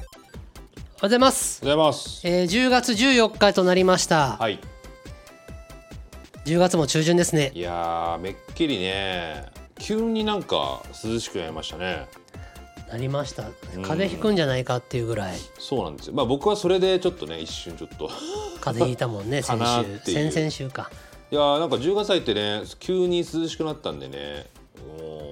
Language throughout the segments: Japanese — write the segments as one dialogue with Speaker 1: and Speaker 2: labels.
Speaker 1: おはようございます、
Speaker 2: ございます。
Speaker 1: えー、10月14日となりました、
Speaker 2: はい。
Speaker 1: 10月も中旬ですね
Speaker 2: いやー、めっきりね、急になんか涼しくなりましたね。
Speaker 1: なりました風邪ひくんじゃないかっていうぐらい
Speaker 2: そうなんですよ。まあ僕はそれでちょっとね、一瞬ちょっ と。
Speaker 1: 風邪ひいたもんね
Speaker 2: か
Speaker 1: 先
Speaker 2: なっ
Speaker 1: 週
Speaker 2: ていう
Speaker 1: 先々週か
Speaker 2: いやー、なんか10月入ってね、急に涼しくなったんでね、もう、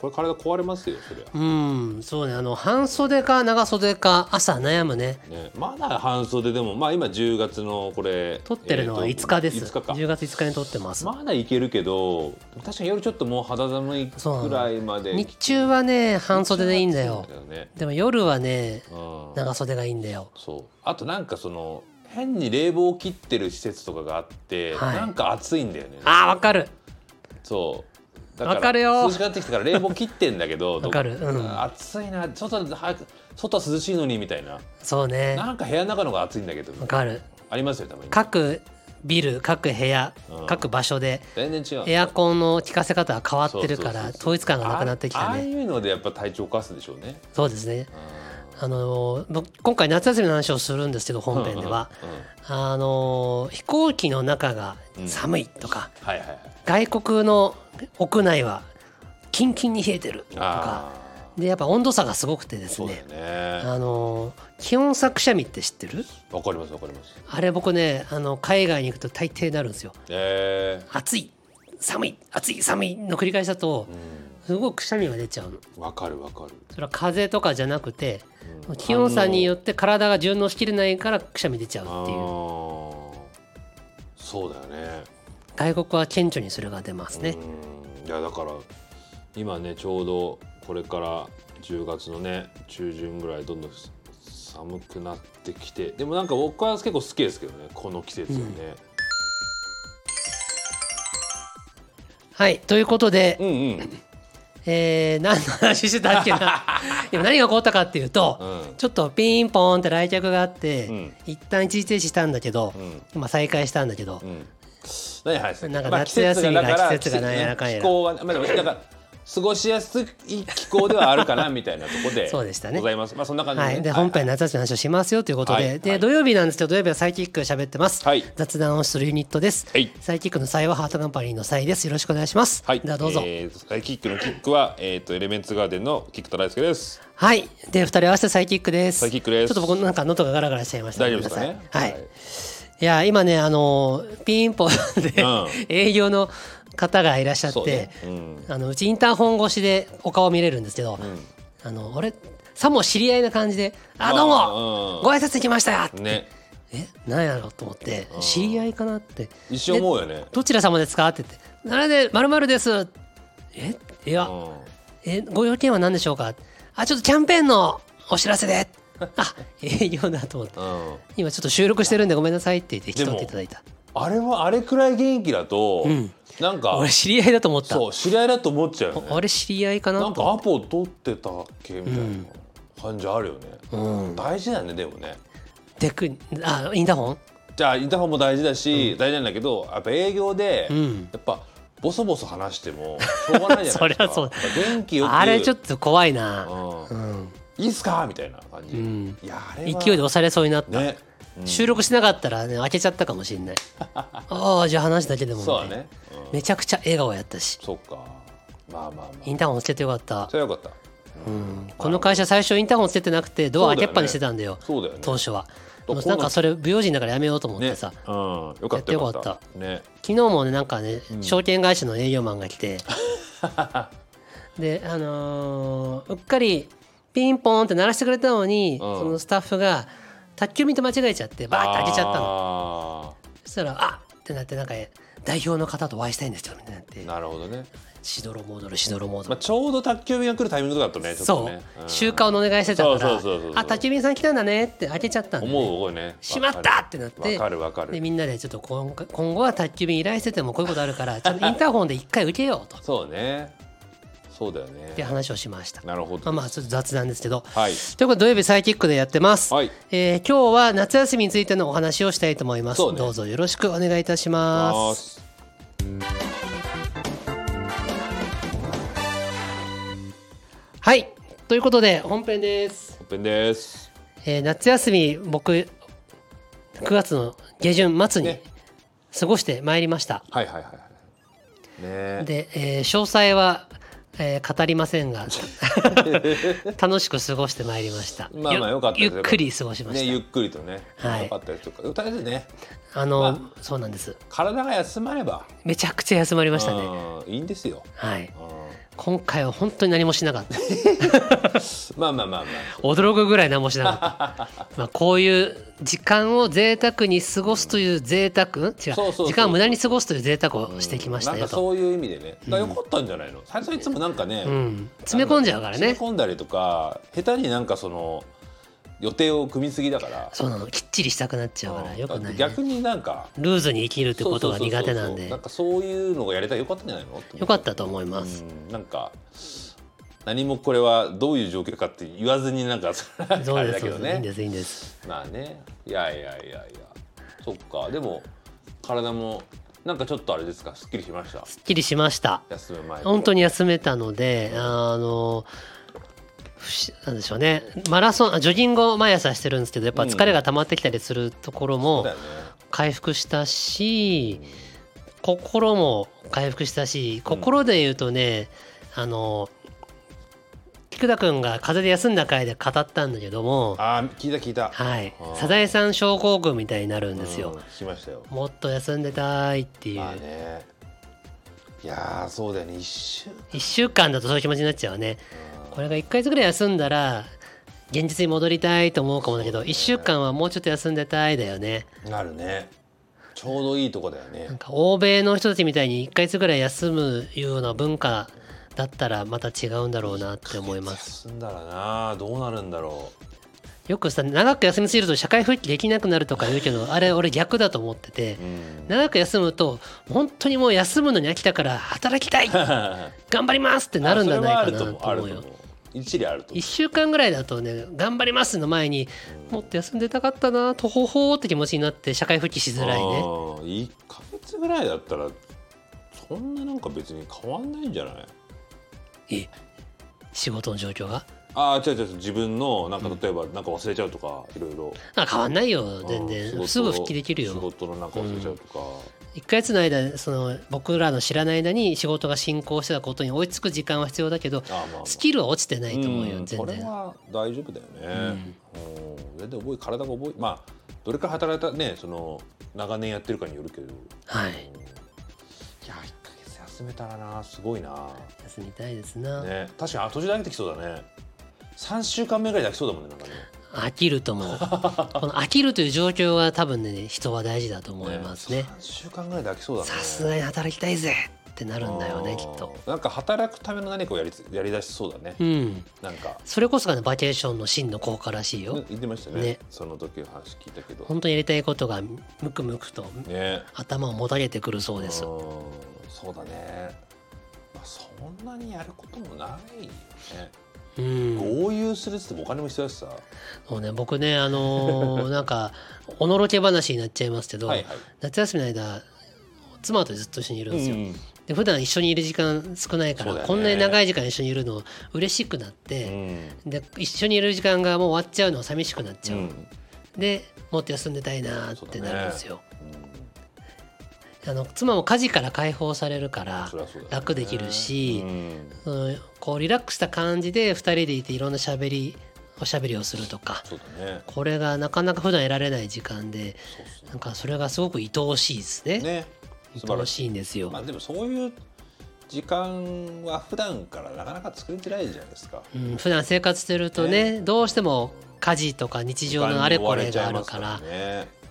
Speaker 2: これ体壊れますよ、そりゃ。
Speaker 1: うんそうねあの半袖か長袖か朝悩むね
Speaker 2: ね、まだ半袖でも、まあ今10月のこれ。
Speaker 1: 撮ってるのは
Speaker 2: えーと
Speaker 1: 5日です、
Speaker 2: 5日か。
Speaker 1: 10月5日に撮ってます、
Speaker 2: まだいけるけど、確かに夜ちょっともう肌寒いくらいまで。
Speaker 1: 日中はね半袖でいいんだよ
Speaker 2: 日中は暑いんだよね。
Speaker 1: でも夜はね
Speaker 2: うん。
Speaker 1: 長袖がいいんだよ
Speaker 2: そうあとなんかその変に冷房を切ってる施設とかがあって、
Speaker 1: はい
Speaker 2: なんか暑いんだよね
Speaker 1: あーわかる
Speaker 2: そうだ
Speaker 1: わかるよ
Speaker 2: 涼しくなってきたから冷房切ってんだ け
Speaker 1: わ
Speaker 2: ど
Speaker 1: かる
Speaker 2: どっ
Speaker 1: うん
Speaker 2: 暑いな外は早く外は涼しいのにみたいな
Speaker 1: そうね
Speaker 2: なんか部屋の中の方が暑いんだけど
Speaker 1: わかる
Speaker 2: ありますよたまに
Speaker 1: 各ビル各部屋、
Speaker 2: うん
Speaker 1: 各場所で
Speaker 2: 全然違 う
Speaker 1: エアコンの効かせ方は変わってるか
Speaker 2: そ
Speaker 1: ら
Speaker 2: うそうそうそう
Speaker 1: 統一感がなくなってき
Speaker 2: あ
Speaker 1: た
Speaker 2: ああ
Speaker 1: ね
Speaker 2: いうのでやっぱ体調を壊すでしょうね
Speaker 1: そうですね
Speaker 2: うん
Speaker 1: あのー僕今回夏休みの話をするんですけど本編では、
Speaker 2: うんうんうん
Speaker 1: あのー飛行機の中が寒いとか、
Speaker 2: はいはいはい
Speaker 1: 外国の屋内はキンキンに冷えてるとか
Speaker 2: ああ
Speaker 1: でやっぱ温度差がすごくてです
Speaker 2: そうだ
Speaker 1: ね
Speaker 2: よね
Speaker 1: あのー気温差くしゃみって知ってる
Speaker 2: わかりますわかります
Speaker 1: あれ僕ねあの海外に行くと大抵なるんですよ
Speaker 2: ええ
Speaker 1: 暑い寒い暑い寒いの繰り返しだとすごいくしゃみが出ちゃうの
Speaker 2: わかるわかる
Speaker 1: それは風邪とかじゃなくて
Speaker 2: うん
Speaker 1: 気温差によって体が順応しきれないからくしゃみ出ちゃうっていう
Speaker 2: あーそうだよね
Speaker 1: 外国は顕著にそれが出ますね
Speaker 2: うんいやだから今ねちょうどこれから10月のね中旬ぐらいどんどんす寒くなってきてでもなんか僕は結構好きですけどねこの季節はね、
Speaker 1: はいということで、
Speaker 2: うん、うん
Speaker 1: えー、何の話してたっけ なでも何が起こったかっていうと、
Speaker 2: うん
Speaker 1: ちょっとピンポーンって来客があって、
Speaker 2: うん
Speaker 1: 一旦一時停止したんだけど、
Speaker 2: ん
Speaker 1: 今再開したんだけど、
Speaker 2: うん何話して
Speaker 1: なんか
Speaker 2: まあ
Speaker 1: 夏休みが
Speaker 2: 季節だから
Speaker 1: 季節がなんやらかんやら
Speaker 2: 気候はねまあでもなんか過ごしやすい気候ではあるかなみたいなとこ で
Speaker 1: そうでしたね
Speaker 2: ございますまあそんな感じで,、
Speaker 1: は
Speaker 2: ね
Speaker 1: い、で本編の夏休みの話をしますよということで,、
Speaker 2: はいは
Speaker 1: で
Speaker 2: い
Speaker 1: 土曜日なんですけど土曜日はサイキック喋ってます、
Speaker 2: はい
Speaker 1: 雑談をするユニットです、
Speaker 2: はい
Speaker 1: サイキックの際はハートカンパニーの際ですよろしくお願いします、
Speaker 2: はい、
Speaker 1: ではどうぞ、
Speaker 2: えーキックのキックは、えっ、と、エレメンツガーデンのキックと大輔です。
Speaker 1: はいで二人合わせてサイキックです
Speaker 2: サイキックです
Speaker 1: ちょっと僕なんか喉がガラガラしちゃいました
Speaker 2: 大丈夫ですかね
Speaker 1: ごめんな。さいはい、い、や今ねあのーピンポンで、
Speaker 2: うん
Speaker 1: 営業の方がいらっしゃっ
Speaker 2: そう
Speaker 1: て
Speaker 2: ねうん
Speaker 1: あのうちインターホン越しでお顔見れるんですけど、あの俺さも知り合いな感じで「あ
Speaker 2: あ
Speaker 1: どうも、
Speaker 2: うん
Speaker 1: ご挨拶できました!」
Speaker 2: ね、
Speaker 1: え何やろうと思って知り合いかなって
Speaker 2: 一瞬思うよね
Speaker 1: で。どちら様ですかって言って「なのでまるです」えいや、えご用件は何でしょうかあちょっとキャンペーンのお知らせ であ営業だと思って
Speaker 2: うん、うん、
Speaker 1: 今ちょっと収録してるんでごめんなさいって言って引き
Speaker 2: で
Speaker 1: 取
Speaker 2: も
Speaker 1: っていただいた
Speaker 2: あれはあれくらい元気だと、なんか、
Speaker 1: 俺知り合いだと思った
Speaker 2: そう、知り合いだと思っちゃうよね。
Speaker 1: あれ知り合いかな
Speaker 2: なんかアポ取ってたっけみたいな感じあるよね。大事だよね、でもね。
Speaker 1: でくあインターホン
Speaker 2: じゃあインターホンも大事だし、大事なんだけどやっぱ営業で、やっぱボソボソ話してもしょうがないじゃない
Speaker 1: そり
Speaker 2: ですか
Speaker 1: ゃそうだ
Speaker 2: やっぱ元気よく
Speaker 1: あれちょっと怖いな
Speaker 2: うんいいっすかみたいな感じ、いやあれは
Speaker 1: 勢いで押されそうになった、
Speaker 2: ね
Speaker 1: 収録しなかったらね開けちゃったかもしれないああじゃあ話だけでも
Speaker 2: そうだね、うん
Speaker 1: めちゃくちゃ笑顔やったし
Speaker 2: そっかまあまあまあ
Speaker 1: インターホンつけてよかった
Speaker 2: それはよかっ
Speaker 1: この会社最初インターホンつけてなくてドア開けっぱにし
Speaker 2: そ
Speaker 1: て
Speaker 2: うだ
Speaker 1: た
Speaker 2: よ
Speaker 1: んだよ
Speaker 2: たそうだよね
Speaker 1: 当初は
Speaker 2: だから
Speaker 1: なんかそれ不用心だからやめようと思っ
Speaker 2: ね
Speaker 1: てさ、
Speaker 2: うんよかったよかった
Speaker 1: やってよか
Speaker 2: ね
Speaker 1: 昨日もねなんかね、証券会社の営業マンが来 てであのーうっかりピンポーンって鳴らしてくれたのに、
Speaker 2: うん
Speaker 1: そのスタッフが宅急便と間違えちゃってバーって開けちゃったの
Speaker 2: の
Speaker 1: そしたら「あっ!」ってなってなんか代表の方とお会いしたいんですよみたいになって
Speaker 2: なるほどね、
Speaker 1: しどろもどろしどろもど
Speaker 2: まあ、
Speaker 1: ろ
Speaker 2: ちょうど宅急便が来るタイミングとかだとねちょっと
Speaker 1: そ
Speaker 2: ね
Speaker 1: う週間をお願いしてたか
Speaker 2: そうそうそうそうそう
Speaker 1: ら「あ宅急便さん来たんだね」って開けちゃったんで、ね、
Speaker 2: 思うこれね
Speaker 1: しまったってなって
Speaker 2: わかるわか
Speaker 1: で
Speaker 2: る
Speaker 1: みんなでちょっと今回今後は宅急便依頼しててもこういうことあるからちゃんとインターホンで一回受けようとっ
Speaker 2: そうねそうだよ
Speaker 1: て
Speaker 2: ね
Speaker 1: 話をしました。
Speaker 2: なるほ
Speaker 1: まあ
Speaker 2: ど
Speaker 1: まあちょっと雑談ですけど。
Speaker 2: はい
Speaker 1: ということで土曜日サイキックでやってます。
Speaker 2: はい
Speaker 1: えー今日は夏休みについてのお話をしたいと思います。
Speaker 2: そうね
Speaker 1: どうぞよろしくお願いいたします。はい。ということで本編です。
Speaker 2: オープンです
Speaker 1: えー夏休み僕9月の下旬末に
Speaker 2: ね
Speaker 1: 過ごしてまいりました、
Speaker 2: はいはいはいはいねえ
Speaker 1: で、えー詳細は、えー語りません が楽しく過ごしてまいりました
Speaker 2: まあまあよかったで
Speaker 1: ゆ
Speaker 2: す
Speaker 1: ゆっくり過ごしま
Speaker 2: ね
Speaker 1: した、
Speaker 2: ゆっくりとね、
Speaker 1: はい
Speaker 2: よかったですとか大事ね
Speaker 1: あの、
Speaker 2: ま
Speaker 1: そうなんです
Speaker 2: 体が休まれば
Speaker 1: めちゃくちゃ休まりましたね
Speaker 2: うんいいんですよ、
Speaker 1: はい
Speaker 2: うん
Speaker 1: 今回は本当に何もしなかった
Speaker 2: まあまあまあま
Speaker 1: 驚くぐらい何もしなか ったまあこういう時間を贅沢に過ごすという贅沢違う
Speaker 2: そうそう
Speaker 1: 時間を無駄に過ごすという贅沢をしてきました
Speaker 2: あなん
Speaker 1: よ
Speaker 2: か
Speaker 1: と、
Speaker 2: そういう意味でねだからよかったんじゃないの、最初いつもなんかね、
Speaker 1: うん、詰め込んじゃうからね
Speaker 2: 詰め込んだりとか下手になんかその予定を組みすぎだから
Speaker 1: そうなのきっちりしたくなっちゃうからよくない、ね、
Speaker 2: 逆になんか
Speaker 1: ルーズに生きるってことが
Speaker 2: そうそうそう
Speaker 1: 苦
Speaker 2: そう
Speaker 1: 手なんで
Speaker 2: なんかそういうのがやれたらよかったんじゃないの
Speaker 1: よかったと思います、
Speaker 2: うんなんか何もこれはどういう状況かって言わずになんかあ
Speaker 1: そう
Speaker 2: れ
Speaker 1: で
Speaker 2: だ
Speaker 1: す、
Speaker 2: け
Speaker 1: そ
Speaker 2: ど
Speaker 1: うですいいん
Speaker 2: ね
Speaker 1: ですいいんです
Speaker 2: まあねいやいやいやいやそっかでも体もなんかちょっとあれですかすっきりしました
Speaker 1: すっきりしました
Speaker 2: 休む前
Speaker 1: 本当に休めたのであの不思なんでしょうねマラソンあジョギングを毎朝してるんですけどやっぱ疲れが溜まってきたりするところ
Speaker 2: そう
Speaker 1: も
Speaker 2: だよね
Speaker 1: 回復したし心も回復したし心で言うとねあの菊田君が風邪で休んだ回で語ったんだけども
Speaker 2: あー聞いた聞いた
Speaker 1: はい
Speaker 2: あー
Speaker 1: サザエさん症候群みたいになるんですよ
Speaker 2: うん聞きましたよ
Speaker 1: もっと休んでたいっていう
Speaker 2: まあねいやーそうだよね一週
Speaker 1: 1週間だとそういう気持ちになっちゃうねこれが1ヶ月ぐらい休んだら現実に戻りたいと思うかもだけど1週間はもうちょっと休んでたいだよね
Speaker 2: なるねちょうどいいとこだよね
Speaker 1: なんか欧米の人たちみたいに1ヶ月ぐらい休むような文化だったらまた違うんだろうなって思います
Speaker 2: 休んだらなどうなるんだろ
Speaker 1: よくさ長く休みすぎると社会復帰できなくなるとか言うけどあれ俺逆だと思ってて
Speaker 2: う、 うん、
Speaker 1: 長く休むと本当にもう休むのに飽きたから働きたい頑張りますってなるんじゃないかなと
Speaker 2: あそれはある
Speaker 1: 思う
Speaker 2: と思うある
Speaker 1: よ
Speaker 2: と思う一理あると思
Speaker 1: 1週間ぐらいだとね頑張りますの前にもっと休んでたかったなとほほーって気持ちになって社会復帰しづらいね
Speaker 2: ううん一ヶ月ぐらいだったらそんななんか別に変わんないんじゃない
Speaker 1: え仕事の状況が
Speaker 2: あー違う違う違う自分のなんか例えばなんか忘れちゃうとかいろいろ
Speaker 1: あ変わんないよ全
Speaker 2: あー仕
Speaker 1: 然
Speaker 2: 事
Speaker 1: すぐ復帰できる
Speaker 2: 仕
Speaker 1: よ
Speaker 2: 事のなんか忘れちゃうとか、
Speaker 1: 1ヶ月の間その僕らの知らない間に仕事が進行してたことに追いつく時間は必要だけど
Speaker 2: あーまあまあ
Speaker 1: スキルは落ちてないと思うよ
Speaker 2: ん
Speaker 1: 全
Speaker 2: これ
Speaker 1: 然
Speaker 2: は大丈夫だよね、うん全然覚え体が覚えまあどれから働いたねその長年やってるかによるけどい
Speaker 1: はい
Speaker 2: や1ヶ月休めたらなすごいな、
Speaker 1: 休みたいですな
Speaker 2: ね、確かに後時で飽きてきそうだね3週間目ぐらいで飽きそうだもんねなんかね
Speaker 1: 飽きると思 うこの飽きるという状況は多分ね人は大事だと思いますね
Speaker 2: 3週間ぐらいで飽きそうだね
Speaker 1: さすがに働きたいぜってなるんだよねきっと
Speaker 2: うんなんか働くための何かをやりつやりだしそうだね、
Speaker 1: うん
Speaker 2: なんか
Speaker 1: それこそがねバケーションの真の効果らしいよ、
Speaker 2: ね言ってましたね
Speaker 1: ね
Speaker 2: その時の話聞いたけど
Speaker 1: 本当にやりたいことがむくむくと
Speaker 2: ね
Speaker 1: 頭をもたげてくるそうです、
Speaker 2: うんそうだね、まあ、そんなにやることもないよね、
Speaker 1: うん、
Speaker 2: 合流するっつってもお金も必要だしさは
Speaker 1: そうね僕ねあ のーなんかおのろけ話になっちゃいますけど、
Speaker 2: いはい、
Speaker 1: 夏休みの間妻とずっと一緒にいるんですよ、
Speaker 2: うん
Speaker 1: で普段一緒にいる時間少ないから、
Speaker 2: そうだよね
Speaker 1: こんなに長い時間一緒にいるの嬉しくなって、で一緒にいる時間がもう終わっちゃうの寂しくなっちゃう、
Speaker 2: うん
Speaker 1: でもっと休んでたいなーってなるんですよ、
Speaker 2: うん
Speaker 1: あの妻も家事から解放されるから
Speaker 2: そりゃそうだよね
Speaker 1: 楽できるし
Speaker 2: うん
Speaker 1: うんこうリラックスした感じで2人でいていろんなしゃべりおしゃべりをするとか
Speaker 2: そうだね
Speaker 1: これがなかなか普段得られない時間で
Speaker 2: そうっ
Speaker 1: なんかそれがすごく愛おしいですね
Speaker 2: すね素
Speaker 1: 愛
Speaker 2: 晴
Speaker 1: お
Speaker 2: らしい
Speaker 1: しいんですよ、
Speaker 2: まあでもそういう時間は普段からなかなか作れてないじゃないですか、
Speaker 1: うん、普段生活してるとねどうしても家事とか日常のあれこれがあるから
Speaker 2: 時間に追われちゃいます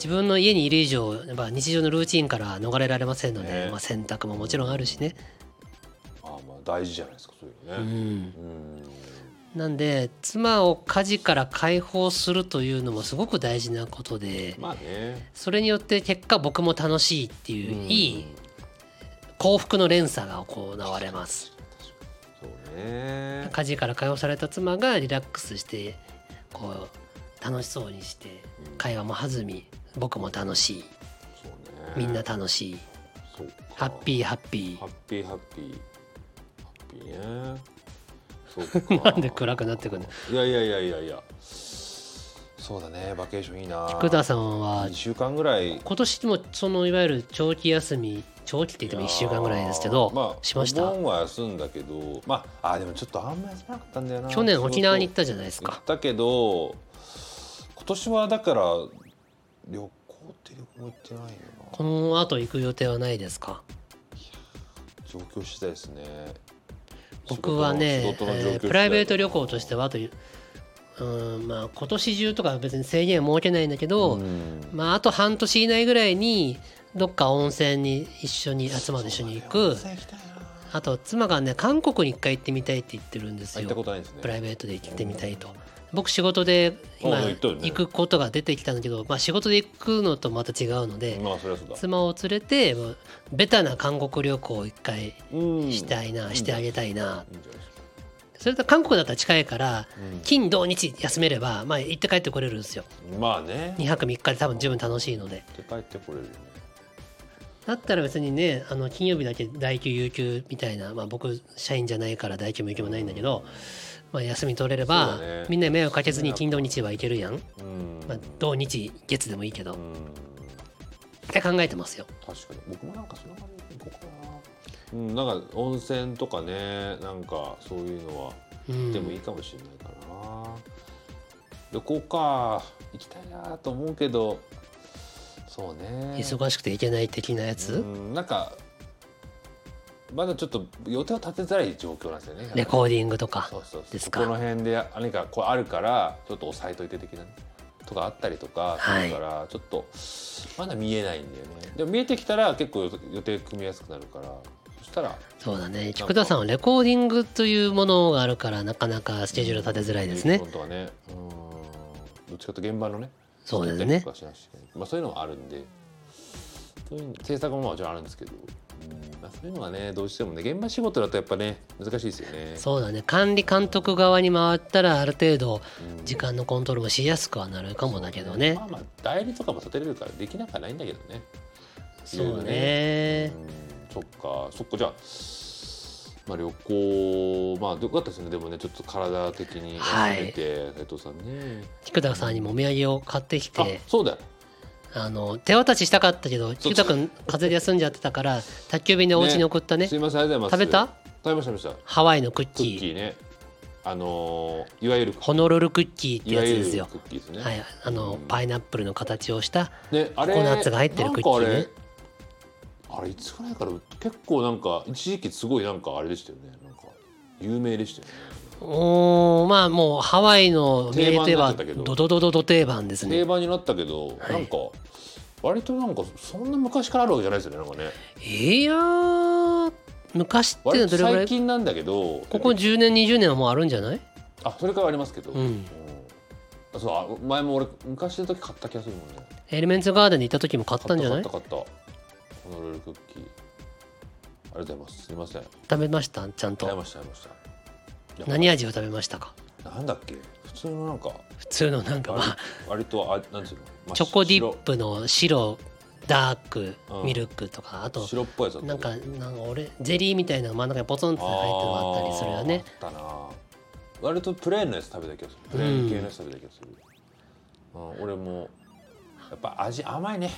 Speaker 1: 自分の家にいる以上やっぱ日常のルーチンから逃れられませんので、
Speaker 2: ね
Speaker 1: まあ、洗濯ももちろんあるしね、
Speaker 2: からねああまあ大事じゃないですかそういう
Speaker 1: う
Speaker 2: のね、
Speaker 1: ん、
Speaker 2: うん
Speaker 1: なんで妻を家事から解放するというのもすごく大事なことで
Speaker 2: まあね
Speaker 1: それによって結果僕も楽しいっていう、
Speaker 2: うん
Speaker 1: いい幸福の連鎖が行われます
Speaker 2: そうね
Speaker 1: 家事から解放された妻がリラックスしてこう楽しそうにして会話も弾み僕も楽しい
Speaker 2: そう
Speaker 1: み
Speaker 2: ね
Speaker 1: んな楽しい
Speaker 2: そうか
Speaker 1: ハッピーハッピ
Speaker 2: ハ
Speaker 1: ー
Speaker 2: ッピーハッピーハッピーねそうか
Speaker 1: なんで暗くなってくるの
Speaker 2: いやいやいやいやいやそうだねバケーションいいな
Speaker 1: 菊田さんは
Speaker 2: 2週間ぐらい
Speaker 1: 今年もそのいわゆる長期休み長期って言っても1週間ぐらいですけど、
Speaker 2: まあ
Speaker 1: しました
Speaker 2: お盆は休んだけどまああでもちょっとあんま休まなかったんだよな
Speaker 1: 去年
Speaker 2: そうそう
Speaker 1: 沖縄に行ったじゃないです
Speaker 2: 行っ
Speaker 1: か
Speaker 2: たけど今年はだから旅行って旅行行ってないよな
Speaker 1: この後行く予定はないですか
Speaker 2: 状況次第ですね
Speaker 1: 僕はね
Speaker 2: 仕、事の仕事の状
Speaker 1: え
Speaker 2: 況
Speaker 1: ー
Speaker 2: 次第
Speaker 1: プライベート旅行としてはといううんまあ今年中とかは別に制限は設けないんだけど、
Speaker 2: うん
Speaker 1: まああと半年以内ぐらいにどっか温泉に一緒に集まって一緒に行
Speaker 2: そう
Speaker 1: く
Speaker 2: だね温泉行きたいな
Speaker 1: あと妻がね韓国に一回行ってみたいって言ってるんです
Speaker 2: あ
Speaker 1: よ
Speaker 2: 行ったことないですね
Speaker 1: プライベートで行ってみたいと僕仕事で今
Speaker 2: あ行ったよね
Speaker 1: 行くことが出てきたんだけど、まあ、仕事で行くのとまた違うので、
Speaker 2: まあそりゃそうだ
Speaker 1: 妻を連れてまあベタな韓国旅行を一回
Speaker 2: うん
Speaker 1: したいな、
Speaker 2: うん
Speaker 1: してあげたいな、
Speaker 2: いいんじゃないですか
Speaker 1: それと韓国だったら近いから
Speaker 2: うん
Speaker 1: 金土日休めれば、まあ、行って帰ってこれるんですよ
Speaker 2: まあね
Speaker 1: 2泊3日で多分十分楽しいので
Speaker 2: で帰ってこれるよね
Speaker 1: だったら別にねあの金曜日だけ代休有給みたいな、まあ、僕社員じゃないから代休も有給もないんだけど、まあ、休み取れれば、
Speaker 2: そうだね
Speaker 1: みんなに迷惑かけずに金土日は行けるやん、
Speaker 2: うん
Speaker 1: まあ、土日月でもいいけど、
Speaker 2: う
Speaker 1: っ
Speaker 2: ん
Speaker 1: て考えてますよ
Speaker 2: 確かに僕もなんかその感じで行こうかなうんなんか温泉とかねなんかそういうのは
Speaker 1: うん
Speaker 2: でもいいかもしれないかな、旅行か行きたいなと思うけどそうね
Speaker 1: 忙しくて行けない的なやつ
Speaker 2: うんなんかまだちょっと予定を立てづらい状況なんですよね
Speaker 1: レコーディングとか
Speaker 2: そうそうそう
Speaker 1: ですか
Speaker 2: この辺で何かこうあるからちょっと押さえといて的なねとかあったりとかす
Speaker 1: はい
Speaker 2: るから、ちょっとまだ見えないんだよねでも見えてきたら結構予定組みやすくなるからそしたら
Speaker 1: そうだね菊田さんはレコーディングというものがあるからなかなかスケジュール立てづらいですね
Speaker 2: 本当はねうんどっちかというと現場のね
Speaker 1: そうですね
Speaker 2: やったりとかしなくちゃいけないまあ、そういうのもあるんでそういう制作ももちろんあるんですけど、うんまあ、そういうのがねどうしてもね現場仕事だとやっぱね難しいですよね。
Speaker 1: そうだね管理監督側に回ったらある程度
Speaker 2: うん
Speaker 1: 時間のコントロールもしやすくはなるかもだけどね
Speaker 2: まあまあ代理とかも立てれるからできなくはないんだけどね。
Speaker 1: そう
Speaker 2: う
Speaker 1: ね
Speaker 2: んそっかそっかじゃあまあ旅行まあよかったですねでもねちょっと体的に
Speaker 1: はい
Speaker 2: 休めて斉藤さんね。
Speaker 1: 菊田さんにもお土産を買ってき
Speaker 2: あ
Speaker 1: て
Speaker 2: そうだよ。
Speaker 1: あの手渡ししたかったけど菊田君風邪で休んじゃってたから宅急便でお家に送ったね
Speaker 2: すいませんありがとうござい
Speaker 1: 食
Speaker 2: ます。
Speaker 1: べた
Speaker 2: 食べました食べました。
Speaker 1: ハワイのクッ
Speaker 2: ク
Speaker 1: キ
Speaker 2: ッ
Speaker 1: ー
Speaker 2: キーねあのーいわゆる
Speaker 1: ホノルルクッキーって
Speaker 2: い
Speaker 1: や
Speaker 2: わ
Speaker 1: つ
Speaker 2: ゆ
Speaker 1: で
Speaker 2: る
Speaker 1: すよ
Speaker 2: クッキーですね。
Speaker 1: はい、あの、
Speaker 2: うん
Speaker 1: パイナップルの形をした
Speaker 2: ねあれ
Speaker 1: ココナッツが入ってるクッキーね
Speaker 2: なんかあれあれいつぐらいから結構なんか一時期すごいなんかあれでしたよねなんか有名でしたよね。
Speaker 1: おーまあもうハワイの名
Speaker 2: 定番に
Speaker 1: 店
Speaker 2: なっ
Speaker 1: は
Speaker 2: てたけど
Speaker 1: ドドドドド定番です
Speaker 2: 定
Speaker 1: ね
Speaker 2: 番になったけど、
Speaker 1: はい
Speaker 2: なんか割となんかそんな昔からあるわけじゃないですよねなんかね
Speaker 1: いやー昔ってのはど
Speaker 2: 割と
Speaker 1: れぐら
Speaker 2: 最
Speaker 1: い
Speaker 2: 近なんだけど
Speaker 1: ここ10年20年はもうあるんじゃない
Speaker 2: あそれからありますけど、
Speaker 1: うん
Speaker 2: あそうあ前も俺昔の時買った気がするもんね
Speaker 1: エレメンツガーデンに行った時も買ったんじゃない
Speaker 2: 買った買った買ったホノルルクッキーありがとうございますすいません
Speaker 1: 食べましたちゃん
Speaker 2: 食べ
Speaker 1: と
Speaker 2: ました食べましたい
Speaker 1: 何味を食べましたか
Speaker 2: やなんだっけ普通のなんか
Speaker 1: 普通のなんかま
Speaker 2: 割
Speaker 1: あ
Speaker 2: 割とあなんていうの、まあ
Speaker 1: チョコディップの白ダーク
Speaker 2: うん
Speaker 1: ミルクとかあ
Speaker 2: 白
Speaker 1: と
Speaker 2: 白っぽいやつだった
Speaker 1: なんかなんか俺ゼリーみたいなの真ん中にポツンって入ってるのがあったりするよね
Speaker 2: あーあったな割とプレーンのやつ食べた気がするプレーン系のやつ食べた気がする、うん、俺もやっぱ味甘 いね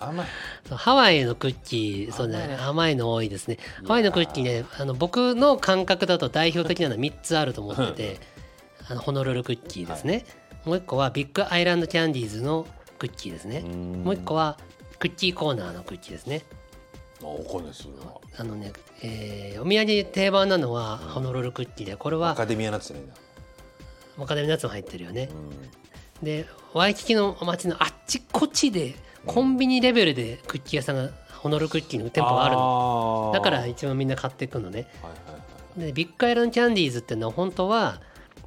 Speaker 2: 甘い
Speaker 1: そうハワイのクッキー、そう
Speaker 2: 甘い
Speaker 1: ね、
Speaker 2: ね
Speaker 1: 甘いの多いですね
Speaker 2: や。ー
Speaker 1: ハワイのクッキーね、あの僕の感覚だと代表的なのは3つあると思ってて、あのホノルルクッキーですね。もう1個はビッグアイランドキャンディーズのクッキーですね。も
Speaker 2: も
Speaker 1: う1個はクッキーコーナーのクッキーですね。
Speaker 2: あわかんないですそれは
Speaker 1: あのね、えーお土産で定番なのはホノルルクッキーで、これ
Speaker 2: ア
Speaker 1: は
Speaker 2: カデミアなってないんだ、
Speaker 1: マカデミナッツも入ってるよね
Speaker 2: う。ん、
Speaker 1: で、ワイキキの街のあっちこっちで、コンビニレベルでクッキー屋さんが、ホノルルクッキーの店舗があるの。
Speaker 2: の
Speaker 1: だから
Speaker 2: はい
Speaker 1: 一番みんな買っていくのね。
Speaker 2: はいはい
Speaker 1: でビッグアイランドキャンディーズっていうのは本当は、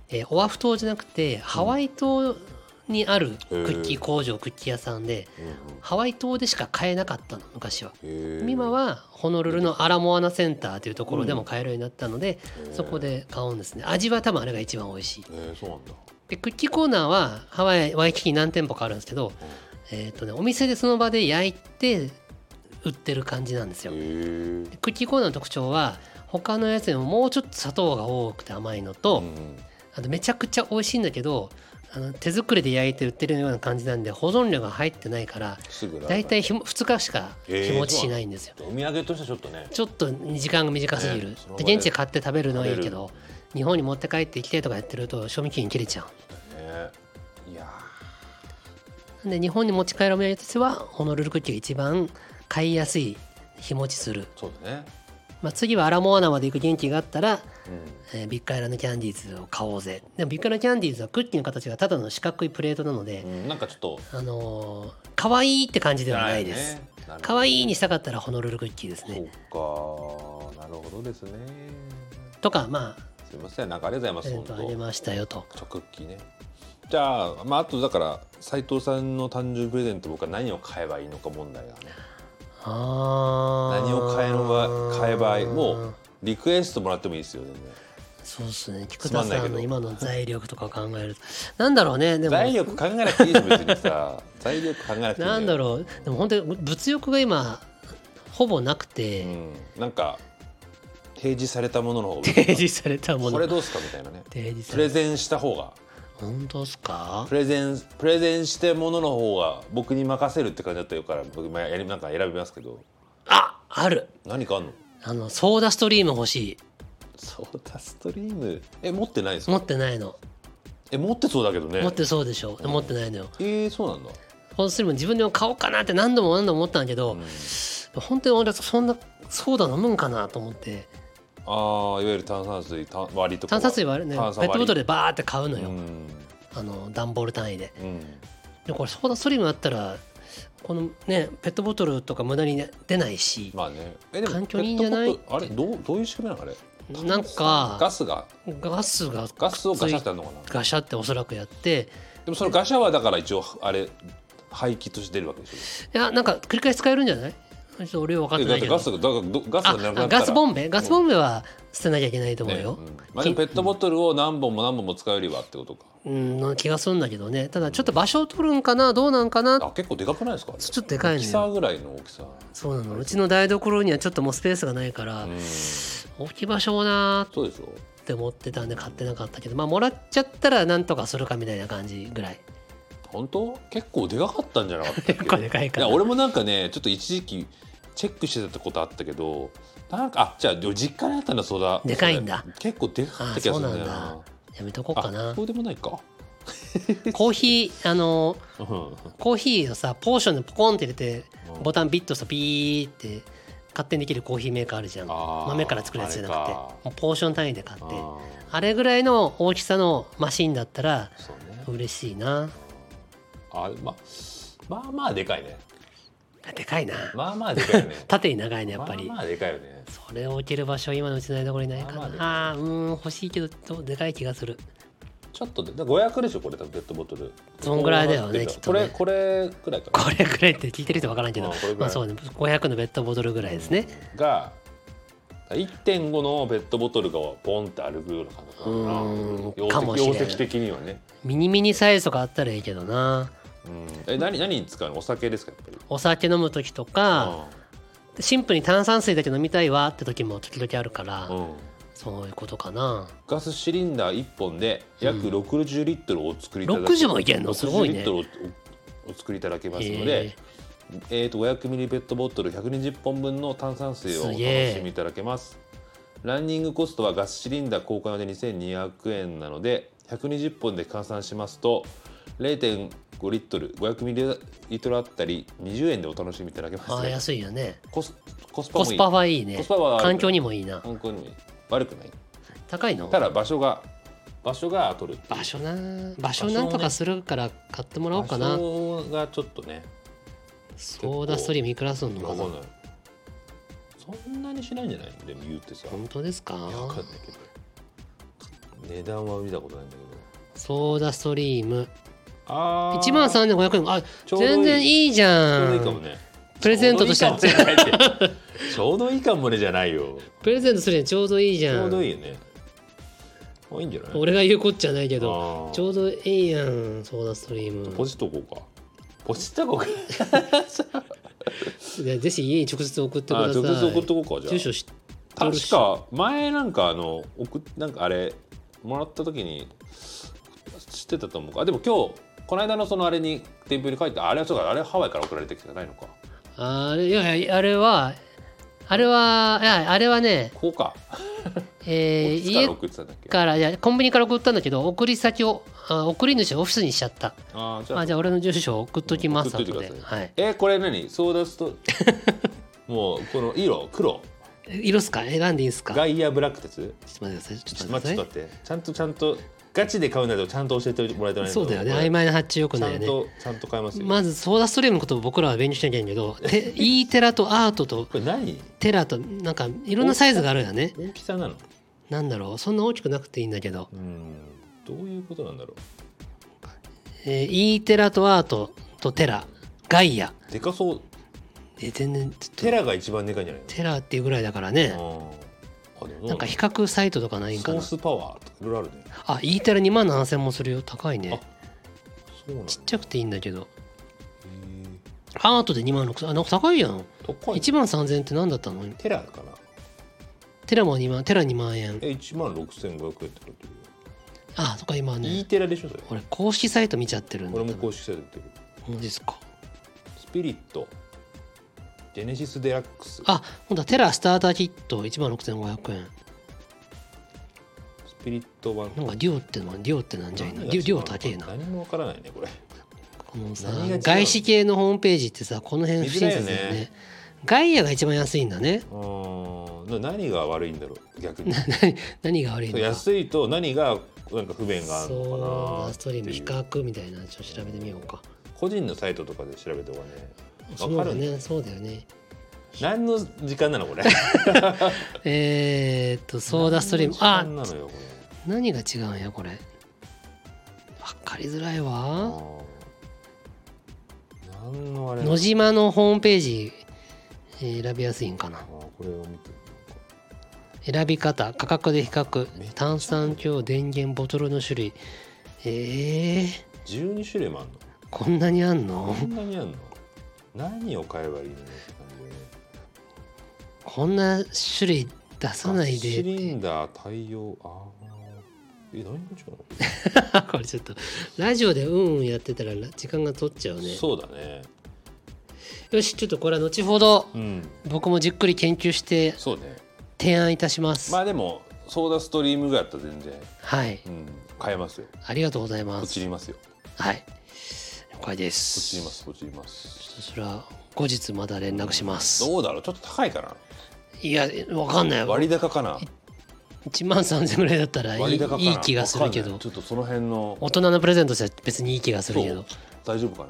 Speaker 1: えーオアフ島じゃなくてハワイ島にあるクッキー工場、クッキー屋さんで
Speaker 2: うんうん
Speaker 1: ハワイ島でしか買えなかったの昔は。
Speaker 2: へー
Speaker 1: 今はホノルルのアラモアナセンターというところでも買えるようになったので、
Speaker 2: へー
Speaker 1: そこで買うんですね味は多分あれが一番美味しい
Speaker 2: へーそうなんだ
Speaker 1: でクッキーコーナーはハワイワイキキに何店舗かあるんですけど、えーとね、お店でその場で焼いて売ってる感じなんですよ
Speaker 2: へえ
Speaker 1: でクッキーコーナーの特徴は他のやつよりももうちょっと砂糖が多くて甘いのと、あとめちゃくちゃ美味しいんだけどあの手作りで焼いて売ってるような感じなんで保存量が入ってないから
Speaker 2: すぐ
Speaker 1: 大体ひも2日しか日持ちしないんですよ、
Speaker 2: お土産としてはちょっとね
Speaker 1: ちょっと時間が短すぎる、
Speaker 2: ねその場で
Speaker 1: で現地で買って食べるのはいいけど日本に持って帰ってきてとかやってると賞味期限切れちゃう
Speaker 2: ねいや
Speaker 1: なんで日本に持ち帰るお土産としてはホノルルクッキーが一番買いやすい日持ちする、
Speaker 2: ーそうだね
Speaker 1: まあ、次はアラモアナまで行く元気があったら、
Speaker 2: うん
Speaker 1: えービッグアイランドキャンディーズを買おうぜでもビッグアイランドキャンディーズはクッキーの形がただの四角いプレートなので、
Speaker 2: うん、なんかちょっと
Speaker 1: あのー可愛いって感じではないです、
Speaker 2: ねなるほど
Speaker 1: 可愛いにしたかったらホノルルクッキーですね
Speaker 2: そうかなるほどですね
Speaker 1: とかまあ
Speaker 2: すいませんなんかありがとうご
Speaker 1: プ
Speaker 2: ざい
Speaker 1: レゼ
Speaker 2: ま
Speaker 1: ン
Speaker 2: す
Speaker 1: トあ
Speaker 2: 本
Speaker 1: げ
Speaker 2: 当
Speaker 1: ましたよと
Speaker 2: チョクッキーねじゃあまああとだから斉藤さんの誕生日プレゼント僕は何を買えばいいのか問題がね
Speaker 1: あー
Speaker 2: 何を買えば買えばいいもうリクエストもらってもいいですよね
Speaker 1: そうですね菊
Speaker 2: つま
Speaker 1: 田
Speaker 2: んない
Speaker 1: さ
Speaker 2: け
Speaker 1: ん
Speaker 2: ど
Speaker 1: の今の財力とかを考えるとなんだろうねでも
Speaker 2: 財力考えなくていいです別 にさ財力考えなくていい
Speaker 1: なんだろうでも本当に物欲が今ほぼなく
Speaker 2: う
Speaker 1: て
Speaker 2: ん、なんか提示されたものの方が
Speaker 1: 提示されたも
Speaker 2: こ
Speaker 1: の
Speaker 2: れどうですかみたいなね
Speaker 1: 提示さ
Speaker 2: プレ
Speaker 1: れ
Speaker 2: ゼンした方が
Speaker 1: 本当ですか
Speaker 2: プレゼンプレゼンしてものの方が僕に任せるって感じだったよから僕まあやりなんか選びますけど
Speaker 1: あある
Speaker 2: 何かあんの
Speaker 1: あのソーダストリーム欲し
Speaker 2: ソーダストリームえ持ってないです
Speaker 1: い
Speaker 2: か
Speaker 1: 持ってないの
Speaker 2: え持ってそうだけどね
Speaker 1: 持ってそうでしょ持ってないのよ
Speaker 2: えー、そうなんだ、
Speaker 1: ソーダストリーム自分でも買おうかなって何度も何度も思ったんだけど、
Speaker 2: うん
Speaker 1: 本当に俺はそんなソーダ飲むんかなと思って
Speaker 2: ああいわゆる炭酸水炭割りとか
Speaker 1: 炭酸水はあれねペ
Speaker 2: 炭酸
Speaker 1: ッ
Speaker 2: 割り
Speaker 1: トボトルでバーって買うの
Speaker 2: う
Speaker 1: よ、
Speaker 2: ん、
Speaker 1: あの段ボール単位で
Speaker 2: うん、
Speaker 1: でこれソーダストリームあったらこのねペットボトルとか無駄にね出ないし
Speaker 2: まあねえでも
Speaker 1: 環境にいいんじゃない
Speaker 2: ペットボトルあれどうどういう仕組みなのあれ
Speaker 1: なんか
Speaker 2: ガスが
Speaker 1: ガスが
Speaker 2: ガスをガシャ
Speaker 1: く
Speaker 2: って
Speaker 1: っ
Speaker 2: やるのかな
Speaker 1: ついガシャっておそらくやって
Speaker 2: でもそのガシャはだから一応あれ排気として出るわけでし
Speaker 1: いやなんか繰り返し使えるんじゃないちょっと俺は分か
Speaker 2: ょ
Speaker 1: ってな
Speaker 2: えだっ
Speaker 1: いけど
Speaker 2: てガスがだからどガスがなくな
Speaker 1: あ
Speaker 2: ったら
Speaker 1: あガスボン
Speaker 2: ベ
Speaker 1: ベガスボンベは捨てなきゃいけないと思うよ、
Speaker 2: まあ、でもペットボトルを何本も何本も使うよりはってことか
Speaker 1: うんの気がするんだけどねただちょっと場所を取るんかなどうなんかな
Speaker 2: あ結構でかくないですか
Speaker 1: ちょっとでかいの
Speaker 2: ミキ
Speaker 1: よ
Speaker 2: サーぐらいの大きさ
Speaker 1: そうなのうちの台所にはちょっともうスペースがないから、
Speaker 2: うん
Speaker 1: 置き場所もなーっ
Speaker 2: そうでしょ
Speaker 1: って思ってたんで買ってなかったけどまあもらっちゃったらなんとかするかみたいな感じぐらい
Speaker 2: 本当結構でかかったんじゃなかったっけ
Speaker 1: 結構でかいか
Speaker 2: い
Speaker 1: ら
Speaker 2: や俺もなんかねちょっと一時期チェックしてたことあったけどなんかあじゃあ実家にあったんだそうだ
Speaker 1: でかいんだ
Speaker 2: それ結構でかかった気がするんだ
Speaker 1: あ
Speaker 2: よな
Speaker 1: やめとこうか
Speaker 2: あ
Speaker 1: な
Speaker 2: そうでもないか
Speaker 1: コーヒーあの
Speaker 2: うん
Speaker 1: コーヒーをさポーションでポコンって入れて
Speaker 2: うん
Speaker 1: ボタンビッと押すとピーって勝手にできるコーヒーメーカーあるじゃん
Speaker 2: あー
Speaker 1: 豆から作るやつじゃなくて
Speaker 2: あれか
Speaker 1: もうポーション単位で買って
Speaker 2: あ
Speaker 1: あ
Speaker 2: ー
Speaker 1: れぐらいの大きさのマシンだったら
Speaker 2: そうね
Speaker 1: 嬉しいな
Speaker 2: あままあまあでかいね
Speaker 1: でかいな
Speaker 2: まあまあ でかいよね
Speaker 1: 縦に長いねやっぱり、
Speaker 2: まあまあでかいよね
Speaker 1: それを置ける場所今のうちの台所にないかな
Speaker 2: まあまあで
Speaker 1: あーうーん欲しいけどどうでかい気がする
Speaker 2: ちょっとでだから500でしょこれ多分ペットボトル
Speaker 1: そんぐらいだよね
Speaker 2: こうなってる
Speaker 1: きっとね
Speaker 2: これこれくらいかな
Speaker 1: これぐらいって聞いてる人分からんけど
Speaker 2: あこれぐらい
Speaker 1: まあそうね500のベッドボトルぐらいですね
Speaker 2: が1.5のペットボトルがポンって歩くような感覚な
Speaker 1: う
Speaker 2: の
Speaker 1: ーん
Speaker 2: か
Speaker 1: か
Speaker 2: な
Speaker 1: もしれない
Speaker 2: 容積的にはね
Speaker 1: ミニミニサイズとかあったらいいけどな
Speaker 2: うんえ何何に使うのお酒ですかやっぱり
Speaker 1: お酒飲む時とかシンプルに炭酸水だけ飲みたいわって時も時々あるから
Speaker 2: うんうん
Speaker 1: そういうことかな
Speaker 2: ガスシリンダー1本で約60リットルをお作りいただけ
Speaker 1: 60もいけんのすごい
Speaker 2: 60リッ
Speaker 1: ね
Speaker 2: トルをおお作りいただけますの
Speaker 1: へ
Speaker 2: で、えー、と500ミリペットボトル120本分の炭酸水をお
Speaker 1: す
Speaker 2: 楽
Speaker 1: げえ
Speaker 2: しみいただけますランニングコストはガスシリンダー交換用で2200円なので120本で換算しますと0.5リットル500ミリリットルあったり20円でお楽しみいただけま
Speaker 1: あ
Speaker 2: す、
Speaker 1: ー
Speaker 2: ね、
Speaker 1: 安いよね
Speaker 2: コスコスパ
Speaker 1: コ
Speaker 2: もい
Speaker 1: ス
Speaker 2: い
Speaker 1: パはいい
Speaker 2: コ
Speaker 1: ね
Speaker 2: スパは悪くない
Speaker 1: 環境にもいいな
Speaker 2: 本当に悪くない
Speaker 1: 高いの
Speaker 2: ただ場所が場所が取る
Speaker 1: 場所な場所なんとかするから買ってもらおうかな
Speaker 2: 場所がちょっとね
Speaker 1: ソーダストリームいくらすんのか
Speaker 2: わか
Speaker 1: なん
Speaker 2: ないそんなにしないんじゃないでも言うってさ
Speaker 1: 本当ですか
Speaker 2: いやわかんないけど値段は見たことないんだけど
Speaker 1: ソーダストリーム
Speaker 2: あ
Speaker 1: 1万3500円あ
Speaker 2: ちょうどいい
Speaker 1: 全然いいじ
Speaker 2: ちょう
Speaker 1: ゃ
Speaker 2: ど
Speaker 1: ん
Speaker 2: いいかもね
Speaker 1: プレゼントとしては
Speaker 2: ちょうどいいかもねって ちょうどいいかもねじゃないよ
Speaker 1: プレゼントするにはちょうどいいじ
Speaker 2: ち
Speaker 1: ゃ
Speaker 2: ょうんどいいよねあいいんじゃない
Speaker 1: 俺が言うこっちゃないけど
Speaker 2: ど
Speaker 1: ちょうどいいやんソーダストリーム
Speaker 2: ポジっとこうかポチっとこうか
Speaker 1: いやぜひ家に直接送ってく
Speaker 2: あ
Speaker 1: ださい
Speaker 2: 直接送っとこうかじゃあ
Speaker 1: 住所知ってる
Speaker 2: 確
Speaker 1: し
Speaker 2: か前なんかあの送っなんかあれもらった時に送っ知ってたと思うかあでも今日この間のそのあれに天ぷに書いてあれはそうかあれはハワイから送られてきてないのか
Speaker 1: あれいやいやあれはあれはいやあれはね、
Speaker 2: こうか
Speaker 1: えー
Speaker 2: オフ
Speaker 1: 家
Speaker 2: ィスから送ってたんだっけ
Speaker 1: からいやコンビニから送ったんだけど送り先をあ送り主をオフィスにしちゃった
Speaker 2: あーじゃあ
Speaker 1: あじゃあ俺の住所を送っときます
Speaker 2: うん送っとい
Speaker 1: 後
Speaker 2: て
Speaker 1: で
Speaker 2: くださ
Speaker 1: はい
Speaker 2: えこれ何ソーダストもうこの色黒
Speaker 1: 色っすか選んでいいですかちょ
Speaker 2: ガイアブラック鉄
Speaker 1: っと待ってくださいち
Speaker 2: ち
Speaker 1: ょ
Speaker 2: ょ
Speaker 1: っ
Speaker 2: っ
Speaker 1: と
Speaker 2: と
Speaker 1: 待
Speaker 2: 待
Speaker 1: っ
Speaker 2: ってて
Speaker 1: くだ
Speaker 2: ちょっと待ってちゃんとちゃんとガチで買うんだけどちゃんと教えてもらえて
Speaker 1: さ
Speaker 2: ないい
Speaker 1: そうだよね
Speaker 2: これ
Speaker 1: 曖昧な発注よく
Speaker 2: ち
Speaker 1: ない
Speaker 2: ゃん
Speaker 1: よね
Speaker 2: とちゃんと買いますよ、
Speaker 1: まずソーダストリームのことを僕らは勉強しなきゃいけないけ どて E テラとアートと
Speaker 2: これ何
Speaker 1: テラとなんかいろんなサイズがあるよね
Speaker 2: 大きさなの
Speaker 1: なんだろうそんな大きくなくていいんだけど、
Speaker 2: うんどういうことなんだろ
Speaker 1: えー、E テラとアートとテラガイア
Speaker 2: うでかそう
Speaker 1: えー全然ちょっと
Speaker 2: テラが一番でかいんじゃない
Speaker 1: テラっていうぐらいだからね
Speaker 2: のあーあでも
Speaker 1: なんか比較サイトとかないん
Speaker 2: ソ
Speaker 1: か
Speaker 2: ー
Speaker 1: な
Speaker 2: スパワーとかいろいろあるね
Speaker 1: あ E テラ2万7000もするよ高いね
Speaker 2: そうなんだ
Speaker 1: ちっちゃくていいんだけど
Speaker 2: へ
Speaker 1: アートで2万6000あなんか高いやん
Speaker 2: ー高い
Speaker 1: 1万3000って何だったの
Speaker 2: テラかな
Speaker 1: テラも2万テラ2万円
Speaker 2: え1万6500円ってこと
Speaker 1: あとか今
Speaker 2: いい
Speaker 1: ね
Speaker 2: テラでしょそれ
Speaker 1: 俺公式サイト見ちゃってるんだ
Speaker 2: 俺も公式サイト出てる
Speaker 1: マジですか
Speaker 2: スピリットジェネシスデラックス
Speaker 1: あほんとだテラスターターキット1万6500円
Speaker 2: スピリット版
Speaker 1: なんかデュオってのはデュオってなんじゃいな
Speaker 2: 何
Speaker 1: デ
Speaker 2: が
Speaker 1: ュデ
Speaker 2: 違
Speaker 1: ュ
Speaker 2: う
Speaker 1: オ
Speaker 2: の
Speaker 1: 高えな
Speaker 2: 何もわからないねこれ
Speaker 1: このさ
Speaker 2: 何が違うの
Speaker 1: 外資系のホームページってさこの辺
Speaker 2: 見
Speaker 1: 不
Speaker 2: づら
Speaker 1: 親
Speaker 2: いよ
Speaker 1: 切
Speaker 2: ね
Speaker 1: だよねガイアが一番安いんだね
Speaker 2: うーんな何が悪いんだろう逆に
Speaker 1: 何何が悪い
Speaker 2: そ
Speaker 1: の
Speaker 2: う
Speaker 1: か
Speaker 2: 安いと何がなんか不便があるの
Speaker 1: そ
Speaker 2: か
Speaker 1: う
Speaker 2: な
Speaker 1: なストリーム比
Speaker 2: っていう
Speaker 1: 較みたいなちょっと調べてみようか
Speaker 2: 個人のサイトとかで調べた方がね
Speaker 1: そう
Speaker 2: わか
Speaker 1: だ
Speaker 2: るんだ
Speaker 1: ねそうだよね
Speaker 2: 何の時間なのこれ
Speaker 1: えー、っとソーダストリームあ
Speaker 2: 何の時間なのよこれ
Speaker 1: 何が違うんやこれ分かりづらいわ
Speaker 2: あー何のあれなの
Speaker 1: 野島のホームページえー選びやすいんかな
Speaker 2: あーこれを見て
Speaker 1: 選び方価格で比較
Speaker 2: めっちゃ
Speaker 1: 炭酸強電源ボトルの種類えー、
Speaker 2: 12種類もある
Speaker 1: こんなにあん
Speaker 2: の
Speaker 1: の
Speaker 2: こんなにあるの何を買えばいいのって感じでね
Speaker 1: こんな種類出さない
Speaker 2: ガスシリ
Speaker 1: で
Speaker 2: ンダー対応あーえ何が違うの
Speaker 1: これちょっとラジオでうんうんやってたら時間が取っちゃうね
Speaker 2: そうだね
Speaker 1: よしちょっとこれは後ほど
Speaker 2: うん
Speaker 1: 僕もじっくり研究して
Speaker 2: そうね
Speaker 1: 提案いたします、
Speaker 2: まあでもソーダストリームぐらいだったら全然、
Speaker 1: はい
Speaker 2: うん、買えますよ
Speaker 1: ありがとうございま
Speaker 2: こ
Speaker 1: す
Speaker 2: ちりますよ
Speaker 1: はい了解で
Speaker 2: こち
Speaker 1: す
Speaker 2: りますこちります
Speaker 1: それは後日また連絡します
Speaker 2: どうだろうちょっと高いか
Speaker 1: いやわかんない
Speaker 2: な割高かな
Speaker 1: 1万3000ぐらいだったらいい
Speaker 2: 割高かない
Speaker 1: い気がするけ
Speaker 2: わかん
Speaker 1: ど
Speaker 2: ないちょっとその辺の
Speaker 1: 大人のプレゼントじゃ別にいい気がするけ
Speaker 2: そ
Speaker 1: ど
Speaker 2: う大丈夫か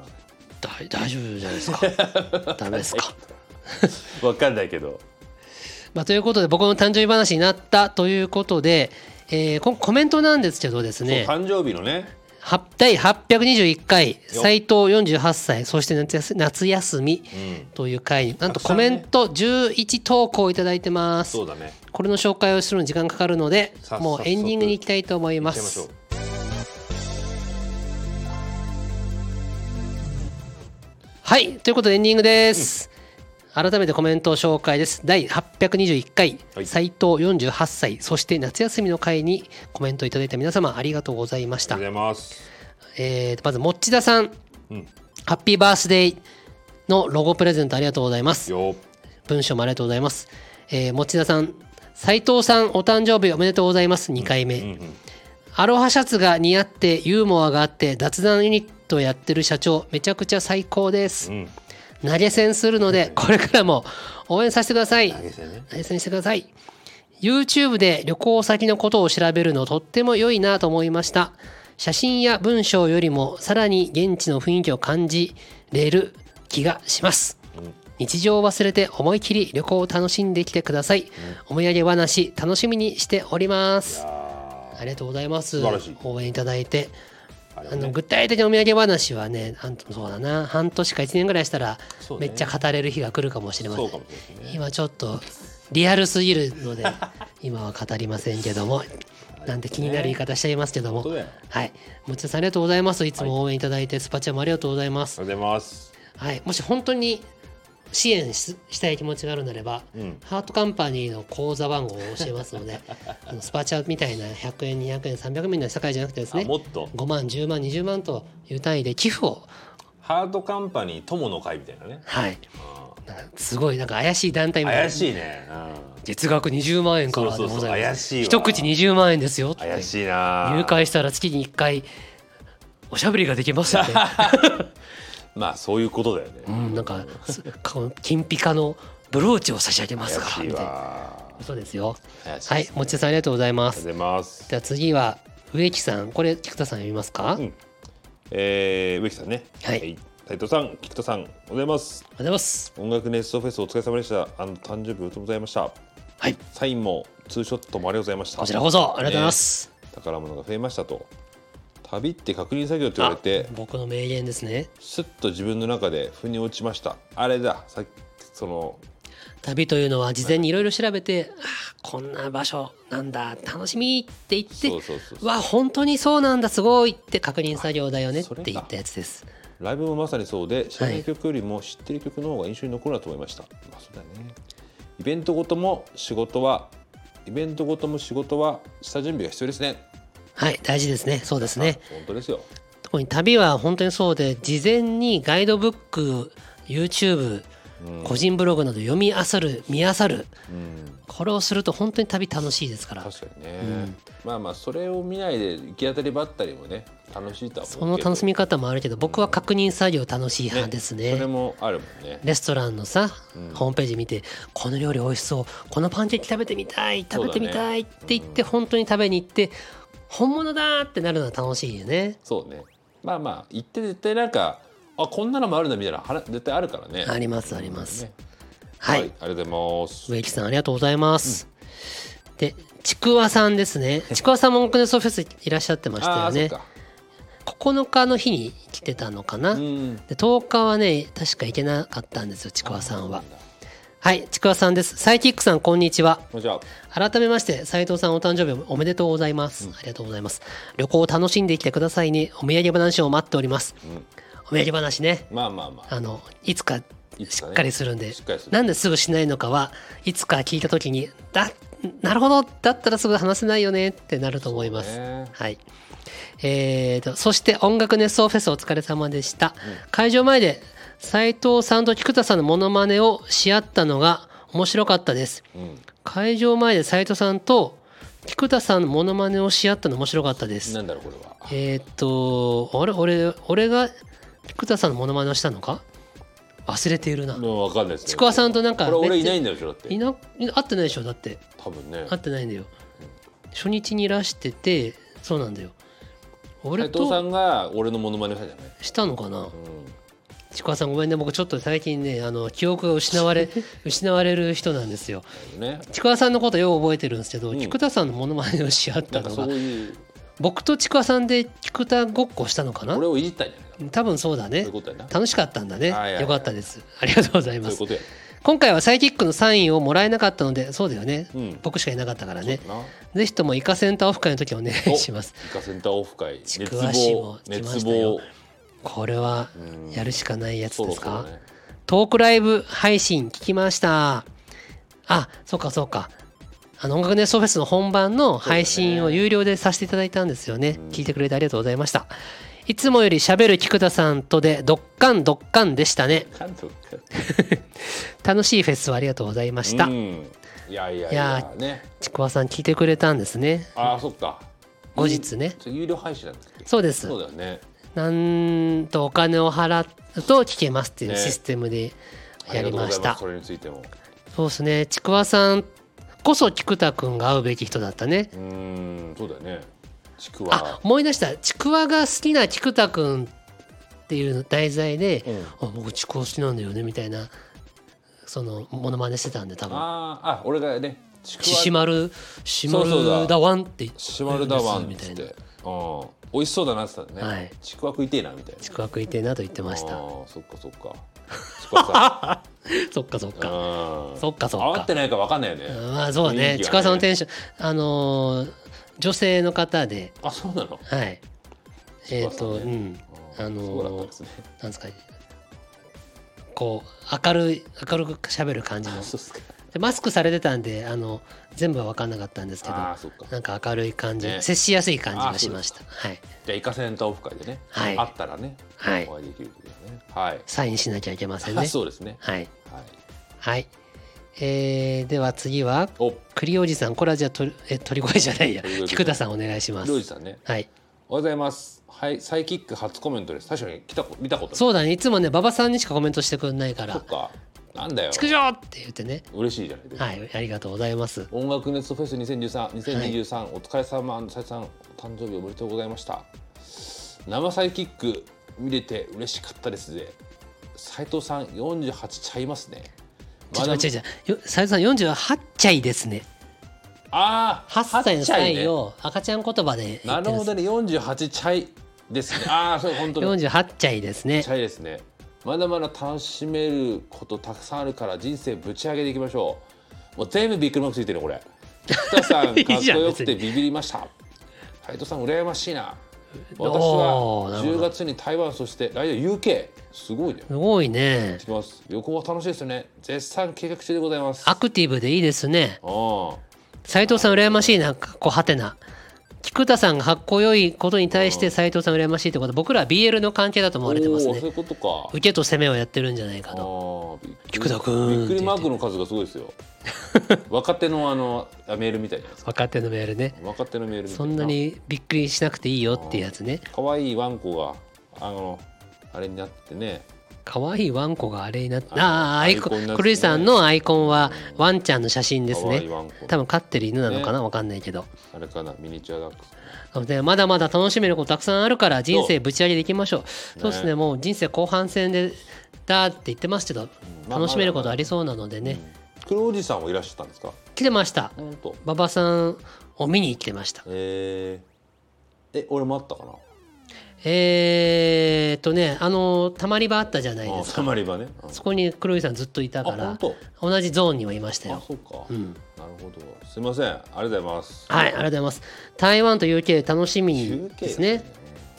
Speaker 1: 大大丈夫じゃないですか ダメですか
Speaker 2: なわかんないけど
Speaker 1: まあ、ということで僕の誕生日話になったということで、えーこコメントなんですけどですね
Speaker 2: そう誕生日のね
Speaker 1: は第821回斎藤48歳そして夏休夏休み
Speaker 2: うん
Speaker 1: という回になんと
Speaker 2: たくさ
Speaker 1: コ
Speaker 2: んね
Speaker 1: メント11投稿いただいてます、
Speaker 2: そうだね
Speaker 1: これの紹介をするのに時間かかるので
Speaker 2: さあ
Speaker 1: もう
Speaker 2: 早速
Speaker 1: エンディングに行きたいと思い
Speaker 2: 行
Speaker 1: ま
Speaker 2: っちゃいまし
Speaker 1: す
Speaker 2: ょう
Speaker 1: はいということでエンディングです、改めてコメント紹介です第821回
Speaker 2: はい
Speaker 1: 斎、藤48歳そして夏休みの回にコメントいただいた皆様ありがとうございまし
Speaker 2: あ
Speaker 1: た
Speaker 2: りがとうございます
Speaker 1: えー、まずもっちださん
Speaker 2: うん
Speaker 1: ハッピーバースデーのロゴプレゼントありがとうございます
Speaker 2: よ
Speaker 1: 文章もありがとうございます、えー、持田さん斉藤さんお誕生日おめでとうございます2回目、
Speaker 2: うんうん
Speaker 1: アロハシャツが似合ってユーモアがあって雑談ユニットやってる社長めちゃくちゃ最高です
Speaker 2: う、ん
Speaker 1: 投げ銭するのでこれからも応援させてください
Speaker 2: 投げ銭ね
Speaker 1: 投げ銭してください YouTube で旅行先のことを調べるのとっても良いなと思いました写真や文章よりもさらに現地の雰囲気を感じれる気がします
Speaker 2: うん
Speaker 1: 日常を忘れて思い切り旅行を楽しんできてください、お土産話楽しみにしておりま
Speaker 2: い
Speaker 1: す
Speaker 2: や
Speaker 1: ありがとうございます
Speaker 2: 素晴らしい
Speaker 1: 応援いただいて
Speaker 2: ーあれ
Speaker 1: あ
Speaker 2: はね
Speaker 1: の具体的なお土産話はねあんそうだな半年か1年ぐらいしたら
Speaker 2: そう
Speaker 1: め
Speaker 2: ね
Speaker 1: っちゃ語れる日が来るかもしれませ
Speaker 2: そ
Speaker 1: ん
Speaker 2: うかもしれないですね
Speaker 1: 今ちょっとリアルすぎるので 今は語りませんけどもなんて気になる言い方しちゃいますけども
Speaker 2: 本当だよあ
Speaker 1: はい持田さんありがとうございますいつも応援いただいてスパチャもありがとうございます
Speaker 2: りがとうございます
Speaker 1: はいもし本当に支援ししたい気持ちがあるならば
Speaker 2: うん
Speaker 1: ハートカンパニーの口座番号を教えますの であのスパチャみたいな100円200円300円の社会じゃなくてです
Speaker 2: あ
Speaker 1: ね
Speaker 2: もっと
Speaker 1: 5万10万20万という単位で寄付を
Speaker 2: ハートカンパニー友の会みたいなね
Speaker 1: はい
Speaker 2: うん
Speaker 1: なんかすごいなんか怪しい団体みたい
Speaker 2: 怪
Speaker 1: な
Speaker 2: しいね
Speaker 1: 月額20万円からでご
Speaker 2: そうそうそ
Speaker 1: ざ
Speaker 2: う
Speaker 1: いま
Speaker 2: 怪
Speaker 1: す
Speaker 2: しいわ
Speaker 1: 一口20万円ですよっ
Speaker 2: うん
Speaker 1: て
Speaker 2: 怪しいな
Speaker 1: 入会したら月に1回おしゃべりができます って、
Speaker 2: まあそういうことだよね
Speaker 1: うん、なんかすこの金ピカのブローチを差し上げますから
Speaker 2: 怪しい
Speaker 1: みたいな
Speaker 2: わ
Speaker 1: そうですよ
Speaker 2: 怪しい
Speaker 1: はい持田さんありがとうございま
Speaker 2: あり
Speaker 1: す
Speaker 2: がとうございます
Speaker 1: じゃあ次は植木さんこれ菊田さん読みますか、あ
Speaker 2: うん
Speaker 1: りがと
Speaker 2: えー植木さんね
Speaker 1: はい
Speaker 2: 斉藤さん菊田さんおはようございます
Speaker 1: うございます
Speaker 2: 音楽ネストフェスお疲れ様でしたあの誕生日おめでとうございました
Speaker 1: はい
Speaker 2: サインもツーショットもありがとうございました
Speaker 1: こちらこそありがとうございます、
Speaker 2: 宝物が増えましたと旅って確認作業って言われて
Speaker 1: あ僕の名言ですね
Speaker 2: すっと自分の中で腑に落ちましたあれださっきその
Speaker 1: 旅というのは事前にいろいろ調べて、あーこんな場所なんだ楽しみって言って
Speaker 2: そうそうそうそう
Speaker 1: わ本当にそうなんだすごいって確認作業だよねっ
Speaker 2: それか
Speaker 1: て言ったやつです
Speaker 2: ライブもまさにそうで知らない曲よりも知ってる曲の方が印象に残るなと思いました、まあそうだねイベントごとも仕事はイベントごとも仕事は下準備が必要ですね
Speaker 1: はい大事ですねそうですね
Speaker 2: 本当ですよ
Speaker 1: 特に旅は本当にそうで事前にガイドブック YouTube
Speaker 2: うん
Speaker 1: 個人ブログなど読み漁る見漁る
Speaker 2: うん
Speaker 1: これをすると本当に旅楽しいですから
Speaker 2: 確かにね、まあまあそれを見ないで行き当たりばったりもね楽しいとは思うけ
Speaker 1: そ
Speaker 2: ど
Speaker 1: の楽しみ方もあるけど僕は確認作業楽しい派ですね
Speaker 2: それもあるもんね
Speaker 1: レストランのさ、ホームページ見てこの料理美味しそうこのパンケーキ食べてみたい
Speaker 2: そう
Speaker 1: 食
Speaker 2: だ
Speaker 1: べて
Speaker 2: ね
Speaker 1: みたいって言って、本当に食べに行って本物だーってなるのは楽しいよね
Speaker 2: そうねまあまあ行って絶対なんかあこんなのもあるんだみたいなはら絶対あるからね
Speaker 1: ありますあります、
Speaker 2: ね
Speaker 1: はい、
Speaker 2: ありがとうございます
Speaker 1: 植木さんありがとうございます、でちくわさんです ねちくわさんも僕ねソフェスいらっしゃってました
Speaker 2: あ
Speaker 1: よ
Speaker 2: あそっ
Speaker 1: ね
Speaker 2: か
Speaker 1: 9日の日に来てたのかな、
Speaker 2: うん
Speaker 1: で10日はね確か行けなかったんですよちくわさんは
Speaker 2: そうなんだ
Speaker 1: はいちくわさんですサイキックさんこんにちは
Speaker 2: こんにちは
Speaker 1: 改めまして斉藤さんお誕生日おめでとうございます、ありがとうございます旅行を楽しんできてくださいねお土産話を待っております、
Speaker 2: ん
Speaker 1: お土産話ね
Speaker 2: まあまあまあ
Speaker 1: あのいつか
Speaker 2: いつ
Speaker 1: し
Speaker 2: かね
Speaker 1: っかりするんで、
Speaker 2: しっかりする
Speaker 1: なんですぐしないのかはいつか聞いた時にだなるほどだったらすぐ話せないよねってなると思います、
Speaker 2: そうね
Speaker 1: はいえー、とそして音楽熱奏フェスお疲れ様でした、会場前で斉藤さんと菊田さんのモノマネをし合ったのが面白かったです
Speaker 2: うん
Speaker 1: 会場前で斉藤さんと菊田さんのモノマネをし合ったの面白かったです
Speaker 2: なんだろうこれは
Speaker 1: えーっとあれ俺俺が菊田さんのモノマネをしたのか忘れているな
Speaker 2: もうわかんないですね
Speaker 1: ちくわさんとなんか
Speaker 2: これ俺
Speaker 1: 別に
Speaker 2: いないんだよだっ
Speaker 1: い
Speaker 2: て
Speaker 1: な会ってないでしょだって
Speaker 2: 多分ね
Speaker 1: 会ってないんだよ初日にいらしててそうなんだよ俺
Speaker 2: 斉藤さ
Speaker 1: と
Speaker 2: んが俺のモノマネをしたじゃない
Speaker 1: したのかな
Speaker 2: うん
Speaker 1: ちくわさんごめんね僕ちょっと最近ねあの記憶が失わ れ失われる人なんですよ
Speaker 2: ね
Speaker 1: ちくわさんのことよう覚えてるんですけど、
Speaker 2: うん
Speaker 1: 菊田さんのモノマネをし合っ
Speaker 2: な
Speaker 1: た
Speaker 2: んか
Speaker 1: の
Speaker 2: そ
Speaker 1: が
Speaker 2: ういう
Speaker 1: 僕とちくわさんで菊田ごっこしたのかな
Speaker 2: 俺をいじったんじゃないかな
Speaker 1: 多分そうだ
Speaker 2: そう
Speaker 1: ね
Speaker 2: いうことやな
Speaker 1: 楽しかったんだね、
Speaker 2: はいはいはい
Speaker 1: よかったですありがとうござい
Speaker 2: そ
Speaker 1: ま
Speaker 2: ういう
Speaker 1: す
Speaker 2: ことや
Speaker 1: 今回はサイキックのサインをもらえなかったのでそうだよね、
Speaker 2: うん
Speaker 1: 僕しかいなかったからね
Speaker 2: な
Speaker 1: ぜひともイカセンターオフ会の時お願いします
Speaker 2: イカセンターオフ会熱
Speaker 1: ちくわしも
Speaker 2: 望
Speaker 1: 来ま
Speaker 2: 熱
Speaker 1: したよ
Speaker 2: 望
Speaker 1: これは
Speaker 2: うん
Speaker 1: やるしかないやつですか、
Speaker 2: そろそろね
Speaker 1: トークライブ配信聞きましたあそうかそうかあの音楽ネストフェスの本番の配信を有料でさせていただいたんですよね
Speaker 2: うん
Speaker 1: 聞いてくれてありがとうございましたいつもより喋る菊田さんとでドッカンドッカンでしたね
Speaker 2: 監督
Speaker 1: 楽しいフェスをありがとうございました、
Speaker 2: うんいやいやい
Speaker 1: い
Speaker 2: や
Speaker 1: や
Speaker 2: ね
Speaker 1: ちくわさん聞いてくれたんですね
Speaker 2: ああそっか
Speaker 1: 後日ね
Speaker 2: それ有料配信なんですけど
Speaker 1: そうです
Speaker 2: そうだよね
Speaker 1: なんとお金を払うと聞けますっていう
Speaker 2: ね
Speaker 1: システムでやりました
Speaker 2: あがとうございすそれについても
Speaker 1: そうですねちくわさんこそ菊田くんが会うべき人だったね
Speaker 2: うーんそうだよねちく
Speaker 1: あ
Speaker 2: わ
Speaker 1: 思い出したちくわが好きな菊田くんっていう題材で、
Speaker 2: うん
Speaker 1: あ僕ちくわ好きなんだよねみたいなそのモノマネしてたんで多分
Speaker 2: あーあ俺がねちくわ
Speaker 1: ししまるしま
Speaker 2: そうそう
Speaker 1: る
Speaker 2: だ
Speaker 1: だわんって
Speaker 2: シマルダワンっ
Speaker 1: みた
Speaker 2: つっ
Speaker 1: い
Speaker 2: て
Speaker 1: な
Speaker 2: うん美味しそうだなって言ってた
Speaker 1: は
Speaker 2: ね
Speaker 1: い
Speaker 2: ちくわ食いてえなみたいな
Speaker 1: ちくわ食いてえなと言ってまし
Speaker 2: あ
Speaker 1: た
Speaker 2: ーそっかそっかちくわさ
Speaker 1: そっかそっか
Speaker 2: んうん
Speaker 1: そっかそっか
Speaker 2: 合わってないかわかんないよね
Speaker 1: まあそうだ
Speaker 2: 雰囲気が
Speaker 1: ね
Speaker 2: ね
Speaker 1: ちくわさんのテンションあのー女性の方で
Speaker 2: あそうなの
Speaker 1: はいえっ、と
Speaker 2: ちくわさ
Speaker 1: うん
Speaker 2: あ
Speaker 1: あ
Speaker 2: そうだった
Speaker 1: の
Speaker 2: ん
Speaker 1: ー
Speaker 2: ですね
Speaker 1: なんですか構明るい明るく喋る感じの
Speaker 2: そうっすか
Speaker 1: でマスクされてたんであの全部は分かんなかったんですけど
Speaker 2: ああそっかじ
Speaker 1: なんか明るい感じ、
Speaker 2: ね
Speaker 1: 接しやすい感じがしましたはい
Speaker 2: ゃあイカセンターオフ会でね、
Speaker 1: はい
Speaker 2: あったらね、
Speaker 1: はい
Speaker 2: お会いできるというねはい、
Speaker 1: サインしなきゃいけません
Speaker 2: あ
Speaker 1: ね
Speaker 2: そうですね
Speaker 1: はい
Speaker 2: はい
Speaker 1: はいえー、では次は
Speaker 2: お
Speaker 1: 栗おじさんこれはじゃあとりえ鳥越じゃないや
Speaker 2: 鳥越
Speaker 1: 菊田さんお願いしま
Speaker 2: りょう
Speaker 1: す
Speaker 2: じさんね
Speaker 1: はい
Speaker 2: おはようございますはいサイキック初コメントです確かに来たこ見たことない
Speaker 1: そうだねいつもね馬場さんにしかコメントしてくんないか
Speaker 2: そ
Speaker 1: ら
Speaker 2: っかなんだ
Speaker 1: 「
Speaker 2: よ
Speaker 1: 畜生!」って言ってね
Speaker 2: 嬉しいじゃないですか、
Speaker 1: はいありがとうございます
Speaker 2: 音楽熱フェス2013、2023、お疲れ様、ささん、誕生日おめでとうございました。生サイキック見れて嬉しかったですね。斉藤さん、48ちゃいますね。
Speaker 1: ちょち
Speaker 2: ま
Speaker 1: ょ
Speaker 2: だ
Speaker 1: ちょちょよ斉藤さん48歳ですね
Speaker 2: ああ、
Speaker 1: 8歳の
Speaker 2: ちゃいね
Speaker 1: 歳を赤ちゃん言葉で言
Speaker 2: な
Speaker 1: っ
Speaker 2: る
Speaker 1: てるん
Speaker 2: ほ
Speaker 1: です
Speaker 2: どね、48ちゃいですね。ああ、そう、本当に。
Speaker 1: 48歳ですね
Speaker 2: ちゃいですね。まだまだ楽しめることたくさんあるから、人生ぶち上げていきましょう。もう全部ビッグマークついてる、これ。北さん、かっ こ
Speaker 1: いいじゃん
Speaker 2: よく
Speaker 1: 別
Speaker 2: て
Speaker 1: に
Speaker 2: ビビりました。斉藤さん、羨ましいな。私
Speaker 1: おー
Speaker 2: は
Speaker 1: なるほ
Speaker 2: 10
Speaker 1: ど
Speaker 2: 月に台湾、そして来年 UK。すごいね。
Speaker 1: すごいね
Speaker 2: 行きます。旅行は楽しいですね。絶賛計画中でございます。
Speaker 1: アクティブでいいですね
Speaker 2: あ
Speaker 1: 斉藤さん羨ましいなかっこはてな菊田さんがかっこよいことに対して斉藤さん羨ましいってこと僕らは BL の関係だと思
Speaker 2: お
Speaker 1: わ
Speaker 2: ー
Speaker 1: れてます
Speaker 2: そうい
Speaker 1: ね
Speaker 2: うことか。
Speaker 1: 受けと攻めをやってるんじゃないかと
Speaker 2: ああ、
Speaker 1: 菊田君
Speaker 2: びっくりマークの数がすご いですよ。若手のあのあメールみたいじゃないですか。
Speaker 1: 若手のメールね
Speaker 2: 若手のメールみたい
Speaker 1: そんなにびっくりしなくていいよってやつね
Speaker 2: 可愛いワンコがあのあれになってね。
Speaker 1: 可愛いワンコがあれになって
Speaker 2: あ
Speaker 1: ああーアイコ
Speaker 2: アイコンにな
Speaker 1: ン
Speaker 2: ってね
Speaker 1: クルイさんのアイコンはワンちゃんの写真です
Speaker 2: 可愛い
Speaker 1: ね
Speaker 2: ワンコ。
Speaker 1: 多分飼ってる犬なのかな
Speaker 2: ね
Speaker 1: わかんないけど
Speaker 2: あれかなミニチュアダックス。
Speaker 1: でまだまだ楽しめることたくさんあるから人生ぶち上げていきましょうそうですねもう人生後半戦でだって言ってますけど
Speaker 2: まあ
Speaker 1: 楽しめることありそうなのでね
Speaker 2: 黒おじさんはいらっしゃったんですか。
Speaker 1: 来てました
Speaker 2: 本当。
Speaker 1: 馬場さんを見に来てました
Speaker 2: えー、え俺もあったかな。
Speaker 1: えーっとねあのたまり場あったじゃない
Speaker 2: あ
Speaker 1: です
Speaker 2: サ
Speaker 1: か
Speaker 2: マリバね。うん
Speaker 1: そこに黒井さんずっといた
Speaker 2: あ
Speaker 1: か
Speaker 2: 本
Speaker 1: ら
Speaker 2: 当。
Speaker 1: 同じゾーンにはいました
Speaker 2: あ
Speaker 1: よ
Speaker 2: そうか。
Speaker 1: うん
Speaker 2: なるほど。すみません。ありがとうございます。
Speaker 1: はいありがとうございます台湾と UK 楽しみ
Speaker 2: UK
Speaker 1: ですね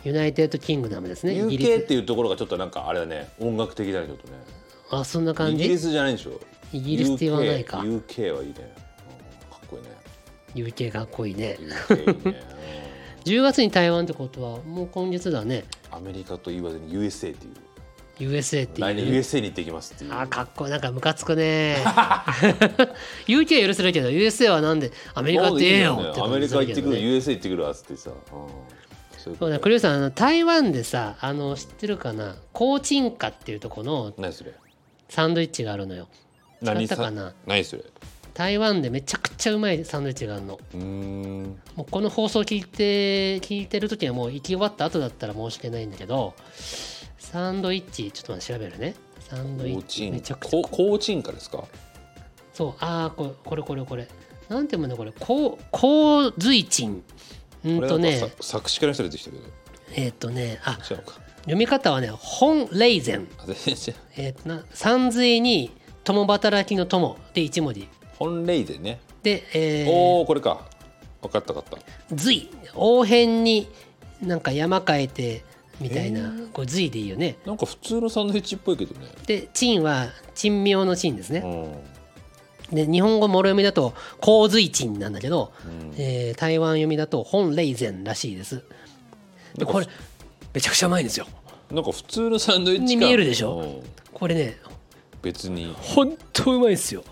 Speaker 1: ユナイテッドキングダムですねイギリ
Speaker 2: UK っ
Speaker 1: ス
Speaker 2: ていうところがちょっとなんかあれだね音楽的だねちょっとね
Speaker 1: あそんな
Speaker 2: イ
Speaker 1: 感
Speaker 2: ギリ
Speaker 1: じ
Speaker 2: スじゃないでしょ
Speaker 1: イギリスって言わないか
Speaker 2: UK, UK はいいね、うん、かっこいいね
Speaker 1: UK かっこいいね
Speaker 2: UK いいね、
Speaker 1: 10月に台湾ってことはもう今月だね
Speaker 2: うんアメリカと言わずに USA っていう
Speaker 1: USA って
Speaker 2: 来年
Speaker 1: いう
Speaker 2: USA に行ってきますっていう
Speaker 1: あーかっこいいなんかムカつくね UK は許せるけど USA はなんでアメリカってええよって
Speaker 2: ア
Speaker 1: 感
Speaker 2: メ
Speaker 1: じ
Speaker 2: リ
Speaker 1: す
Speaker 2: カ
Speaker 1: る
Speaker 2: 行
Speaker 1: け
Speaker 2: って
Speaker 1: ど
Speaker 2: くる
Speaker 1: ね
Speaker 2: USA 行ってくるわっつってさ、うん、そういう
Speaker 1: そ
Speaker 2: こ
Speaker 1: う
Speaker 2: と
Speaker 1: ね、クリュウさんあの台湾でさあの知ってるかな高鎮貨っていうとこの
Speaker 2: 何それ
Speaker 1: サンドイッチがあるのよ
Speaker 2: 何
Speaker 1: 使ったか
Speaker 2: さ
Speaker 1: な
Speaker 2: 何それ
Speaker 1: 台湾でめちゃくちゃうまいサンドイッチがあるの
Speaker 2: うーん
Speaker 1: もうこの放送聞いて聞いてる時はもう行き終わった後だったら申し訳ないんだけどサンドイッチちょっと待って調べるねサンドイ
Speaker 2: 高
Speaker 1: ッチ
Speaker 2: 鎮
Speaker 1: めちゃくちゃ
Speaker 2: こ高鎮化ですか
Speaker 1: そうああここれこれこれなんて読むんだこれこう洪水鎮うんと
Speaker 2: これなん
Speaker 1: ね
Speaker 2: かさ作詞家の人出てきたけど
Speaker 1: えっ、とねあ
Speaker 2: 違うのか
Speaker 1: 読み方はね本レイゼン
Speaker 2: あ全然
Speaker 1: えっ、とな三髄に共働きの友で一文字
Speaker 2: 本レイでね
Speaker 1: で、えー、
Speaker 2: おおこれか分かった分かっ
Speaker 1: 随応変になんか山変えてみたいな、これ随でいいよね
Speaker 2: たなんか普通のサンドイッチっぽいけどね
Speaker 1: で鎮は珍妙の鎮です
Speaker 2: う
Speaker 1: ね、
Speaker 2: ん、
Speaker 1: で日本語もろ読みだと洪水鎮なんだけど、
Speaker 2: うん、
Speaker 1: えー台湾読みだと本レイゼンらしいですでこれめちゃくちゃうまいんですよ
Speaker 2: なんか普通のサンドイッチ
Speaker 1: に
Speaker 2: 感
Speaker 1: 見えるでしょ
Speaker 2: うん
Speaker 1: これね
Speaker 2: 別に
Speaker 1: ほんとうまいですよ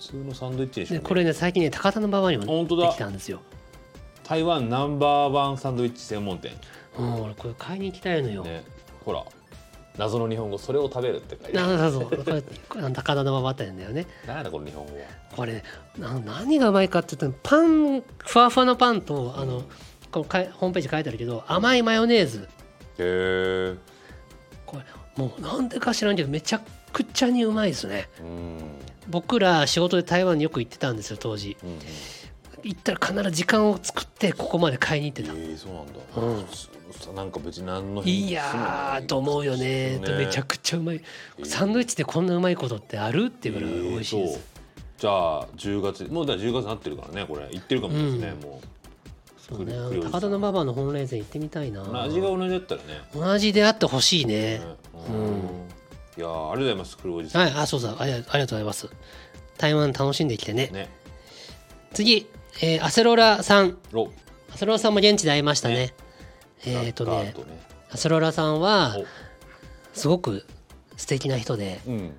Speaker 2: 普通のサンドイッチでしょ、
Speaker 1: で
Speaker 2: ね、
Speaker 1: これね最近ね高田の馬場にも
Speaker 2: ほんとだ
Speaker 1: できたんですよ
Speaker 2: 台湾ナンバーワンサンドイッチ専門店
Speaker 1: うん俺これ買いに行きたいのよ、
Speaker 2: ねほら謎の日本語それを食べるって書いてある
Speaker 1: なそうそう これこれ高田の馬場店だよね
Speaker 2: なんだこの日本語は
Speaker 1: これな何がうまいかって言ったらパンふわふわのパンとあのこのかいホームページ書いてあるけど甘いマヨネーズ
Speaker 2: へ
Speaker 1: これもうなんでか知らんけどめちゃくちゃにうまいですね
Speaker 2: えうん
Speaker 1: 僕ら仕事で台湾によく行ってたんですよ当時
Speaker 2: うんうん
Speaker 1: 行ったら必ず時間を作ってここまで買いに行ってた
Speaker 2: えー、そうなん
Speaker 1: う
Speaker 2: だ、
Speaker 1: ん
Speaker 2: そなんか別に何の変
Speaker 1: いやーと思うよね
Speaker 2: ね
Speaker 1: めちゃくちゃうまいサンドイッチでこんなうまいことってあるっていうぐらい美味しいで
Speaker 2: えーそう
Speaker 1: す
Speaker 2: じゃあ10月もうだから10月になってるからねこれ行ってるかもしれないですね、
Speaker 1: うん
Speaker 2: も
Speaker 1: そうね
Speaker 2: 栗
Speaker 1: 高田の馬場の本レーゼン行ってみたい
Speaker 2: まあ
Speaker 1: な
Speaker 2: 味が同じだったらね
Speaker 1: 同じであってほしいね
Speaker 2: うん、いやーありがとうございます黒おじさん、
Speaker 1: はい、あ、そうそう、ありありがとうございます。台湾楽しんできてね。
Speaker 2: ね
Speaker 1: 次、えーアセロラさん。
Speaker 2: お
Speaker 1: アセロラさんも現地で会いましたね。
Speaker 2: ね
Speaker 1: えっ、と
Speaker 2: なん
Speaker 1: ね
Speaker 2: かあ、とね
Speaker 1: アセロラさんは
Speaker 2: お
Speaker 1: すごく素敵な人で、
Speaker 2: うん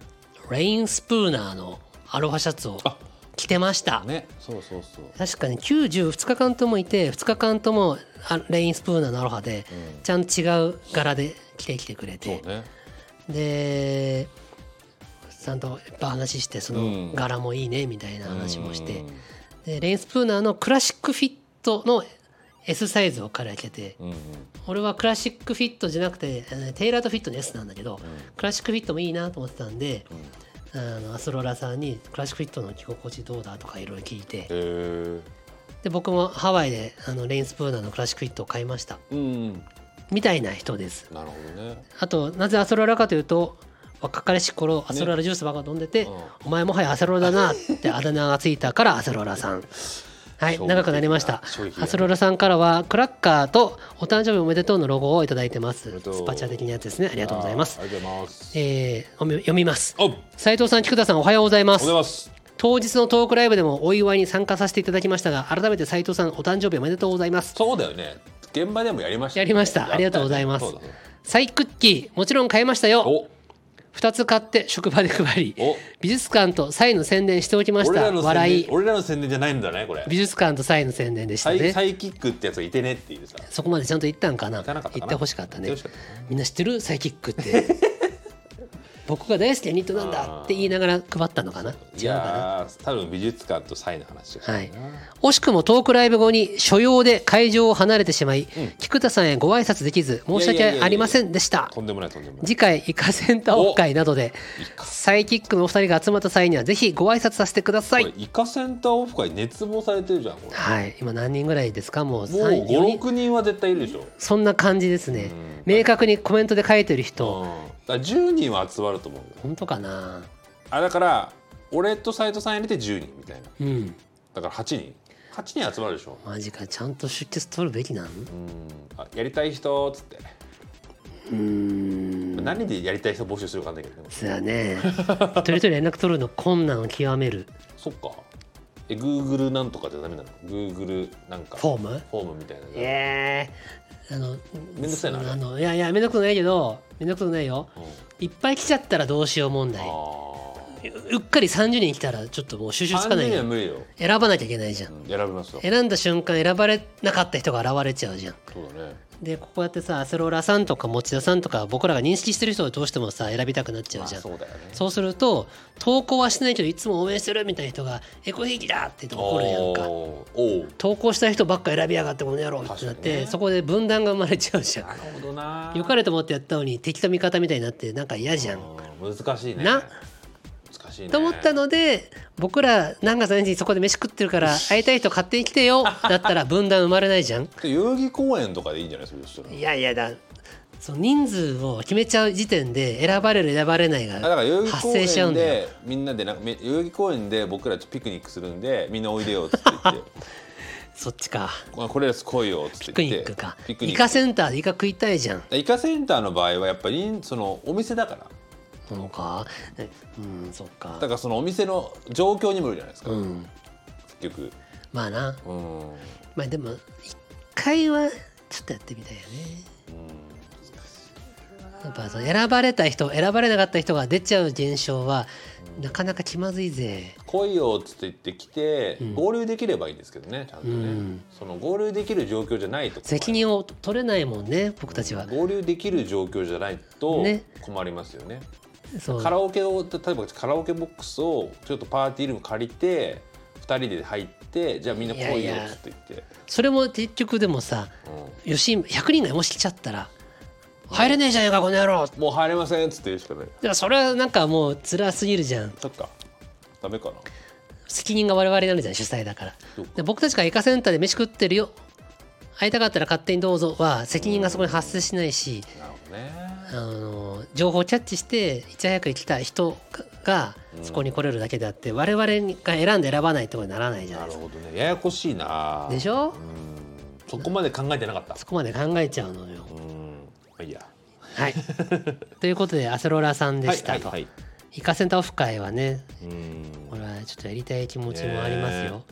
Speaker 1: レインスプーナーのアロハシャツを
Speaker 2: あ
Speaker 1: 着てました。
Speaker 2: ねそうそうそう
Speaker 1: 確かに90、2日間ともいて、2日間ともあレインスプーナーのアロハで、
Speaker 2: うん
Speaker 1: ちゃんと違う柄で着てきてくれて
Speaker 2: そ、うね
Speaker 1: でちゃんとやっぱ話してその柄もいいねみたいな話もして、でレインスプーナーのクラシックフィットの S サイズを彼は着てて
Speaker 2: うんうんうん
Speaker 1: 俺はクラシックフィットじゃなくてあのテイラードフィットの S なんだけどクラシックフィットもいいなと思ってたんで
Speaker 2: うんうん
Speaker 1: あのアスローラさんにクラシックフィットの着心地どうだとかいろいろ聞いて
Speaker 2: へ
Speaker 1: で僕もハワイであのレインスプーナーのクラシックフィットを買いました
Speaker 2: えうん
Speaker 1: みたいな人です
Speaker 2: なるほどね
Speaker 1: あとなぜアセロラかというと若かりし頃アセロラジュースばっか飲んでて、
Speaker 2: うん
Speaker 1: お前もはやアセロラだな ってあだ名がついたからアセロラさん。はい、
Speaker 2: 衝撃的な
Speaker 1: 長くなりました
Speaker 2: 衝撃。だね
Speaker 1: アセロラさんからはクラッカーとお誕生日おめでとうのロゴをいただいてま
Speaker 2: おめ
Speaker 1: す。
Speaker 2: でとう
Speaker 1: スパチャ的なやつですね。ありがとうございます
Speaker 2: あ。りがとうございます
Speaker 1: えーおみ読みます。
Speaker 2: おおはよ
Speaker 1: 斉藤さん、菊田さん、おはようございま
Speaker 2: うご
Speaker 1: す
Speaker 2: ざい。ます
Speaker 1: 当日のトークライブでもお祝いに参加させていただきましたが、改めて斉藤さん、お誕生日おめでとうございます。
Speaker 2: そうだよね現場でもやりましたね
Speaker 1: やりましたありがとうございます
Speaker 2: そうだね
Speaker 1: サイクッキー、もちろん買いましたよ。
Speaker 2: お
Speaker 1: 2つ買って職場で配り
Speaker 2: お
Speaker 1: 美術館とサイの宣伝しておきまし
Speaker 2: 俺
Speaker 1: た
Speaker 2: らの宣
Speaker 1: 笑
Speaker 2: 伝
Speaker 1: い
Speaker 2: 俺らの宣伝じゃないんだねこれ
Speaker 1: 美術館とサイの宣伝でした
Speaker 2: サイサ
Speaker 1: ね
Speaker 2: イキックってやつがいてねっていうさ
Speaker 1: そこまでちゃんと言ったんかな
Speaker 2: 行かなかったか
Speaker 1: 言
Speaker 2: な
Speaker 1: ってほしかったね
Speaker 2: 行ってほしかったね
Speaker 1: みんな知ってるサイキックって 僕が大好きなユニットなんだって言いながら配ったのかな違
Speaker 2: いう
Speaker 1: か
Speaker 2: やー多分美術館とサイの話が
Speaker 1: なはい惜しくもトークライブ後に所用で会場を離れてしまい、菊田さんへご挨拶できず申し
Speaker 2: いやいやいやい
Speaker 1: 訳
Speaker 2: や
Speaker 1: ありませんでした
Speaker 2: とんでもないとんでもない
Speaker 1: 次回イカセンターオフ会などで
Speaker 2: お
Speaker 1: サイキックのお二人が集まった際にはぜひご挨拶させてください
Speaker 2: これイカセンターオフ会熱望されてるじゃんこれ
Speaker 1: はい、今何人ぐらいですかもう
Speaker 2: もう
Speaker 1: 3 4人
Speaker 2: 56人は絶対いるでしょ
Speaker 1: そんな感じですね明確にコメントで書いてる
Speaker 2: うん
Speaker 1: 人
Speaker 2: だから10人は集まると思うんだよ
Speaker 1: 本当かな
Speaker 2: あだから俺と斎藤さん入れて10人みたいな
Speaker 1: うん
Speaker 2: だから8人8人集まるでしょ
Speaker 1: マジかちゃんと出血取るべきなの
Speaker 2: うんあやりたい人っつって
Speaker 1: うーん
Speaker 2: 何でやりたい人募集するかわかんないけどね
Speaker 1: そうやね 一人一人連絡取るの困難を極める
Speaker 2: そっかえ Google なんとかじゃダメなの Google なんか
Speaker 1: フ
Speaker 2: フ
Speaker 1: ォ
Speaker 2: ォ
Speaker 1: ーム
Speaker 2: ームみたいなのが
Speaker 1: ええあの
Speaker 2: めんどくさいなあれ
Speaker 1: あのいやいやめんどくさくないけどめんどくさくないよ
Speaker 2: うん
Speaker 1: いっぱい来ちゃったらどうしよう問
Speaker 2: あ
Speaker 1: 題
Speaker 2: ー
Speaker 1: うっかり30人来たらちょっともう収集つかな
Speaker 2: 30
Speaker 1: い
Speaker 2: 人
Speaker 1: よ
Speaker 2: は無理よ、
Speaker 1: 選ばなきゃいけないじゃん
Speaker 2: うん、選びますよ
Speaker 1: 選んだ瞬間選ばれなかった人が現れちゃうじゃん
Speaker 2: そうだね
Speaker 1: でこうやってさアセローラさんとか持田さんとか僕らが認識してる人をどうしてもさ選びたくなっちゃ
Speaker 2: ま
Speaker 1: う
Speaker 2: あ
Speaker 1: じゃん、
Speaker 2: そうだよね
Speaker 1: そうすると投稿はしてないけどいつも応援してるみたいな人が「エコひいきだ!」って言って怒るやんか
Speaker 2: おーおー
Speaker 1: 投稿した人ばっか選びやがってこの野郎ってなっ
Speaker 2: 確かに
Speaker 1: て、
Speaker 2: ね
Speaker 1: そこで分断が生まれちゃうじゃ
Speaker 2: なんるほどな
Speaker 1: 良かれと思ってやったのに敵と味方みたいになってなんか嫌じゃん
Speaker 2: うん難しいね
Speaker 1: な
Speaker 2: 難しいね
Speaker 1: と思ったので僕ら何月何日にそこで飯食ってるから会いたい人買ってきてよだったら分断生まれないじゃん
Speaker 2: 代々木公園とかでいいんじゃないそれしたら
Speaker 1: いやいやだその人数を決めちゃう時点で選ばれる選ばれない
Speaker 2: あ
Speaker 1: が
Speaker 2: だから代々木
Speaker 1: 発
Speaker 2: 公
Speaker 1: 生しちゃう
Speaker 2: 園
Speaker 1: んだよ
Speaker 2: でみんなでなんかめ代々木公園で僕らちょっとピクニックするんでみんなおいでよっつって言って
Speaker 1: そっちか
Speaker 2: ここれら来いよっつ
Speaker 1: ピク
Speaker 2: って
Speaker 1: ニ
Speaker 2: 言
Speaker 1: ッ
Speaker 2: って
Speaker 1: クか
Speaker 2: ピクニ
Speaker 1: イ
Speaker 2: ック
Speaker 1: カセンターでイカ食いたいじゃん
Speaker 2: イカセンターの場合はやっぱりそのお店だから
Speaker 1: そうかえうんそっか
Speaker 2: だからそのお店の状況にもよるじゃないですか、
Speaker 1: うん
Speaker 2: 結局
Speaker 1: まあな
Speaker 2: うん、うん、
Speaker 1: まあでも一回はちょっとやってみたいよねやっぱその選ばれた人選ばれなかった人が出ちゃう現象はなかなか気まずいぜ
Speaker 2: 来いよっつって言って来て、
Speaker 1: ん
Speaker 2: 合流できればいいんですけどねちゃんとね、
Speaker 1: うん
Speaker 2: その合流できる状況じゃないと
Speaker 1: 責任を取れないもんね僕たちは
Speaker 2: 合流できる状況じゃないと
Speaker 1: ね
Speaker 2: 困りますよね
Speaker 1: そう
Speaker 2: カラオケを例えばカラオケボックスをちょっとパーティールーム借りて2人で入ってじゃあみんな来い
Speaker 1: い
Speaker 2: よ
Speaker 1: やいや
Speaker 2: っつって言って
Speaker 1: それも結局でもさ
Speaker 2: う
Speaker 1: よし100人がもし来ちゃったら入れねえじゃねえかこの野郎
Speaker 2: んもう入れませんっつって言うしかない
Speaker 1: でもそれはなんかもう辛すぎるじゃん
Speaker 2: そっかダメかな
Speaker 1: 責任が我々になるじゃん主催だから
Speaker 2: そうか
Speaker 1: で僕たちがイカセンターで飯食ってるよ会いたかったら勝手にどうぞは責任がそこに発生しないし、
Speaker 2: なるほどね
Speaker 1: あの情報をキャッチしていち早く来た人が
Speaker 2: うん
Speaker 1: そこに来れるだけであって、我々が選んで選ばないってことにならないじゃな
Speaker 2: ないる
Speaker 1: ですか
Speaker 2: ほどねややこしいな
Speaker 1: でしょ
Speaker 2: うんそこまで考えてなかった
Speaker 1: そこまで考えちゃうのよ
Speaker 2: うんまあいいや
Speaker 1: はい、 ということでアセロラさんでしたと、
Speaker 2: はいはい
Speaker 1: イカセンターオフ会はね
Speaker 2: う
Speaker 1: こ
Speaker 2: ん
Speaker 1: れはちょっとやりたい気持ちもありますよ、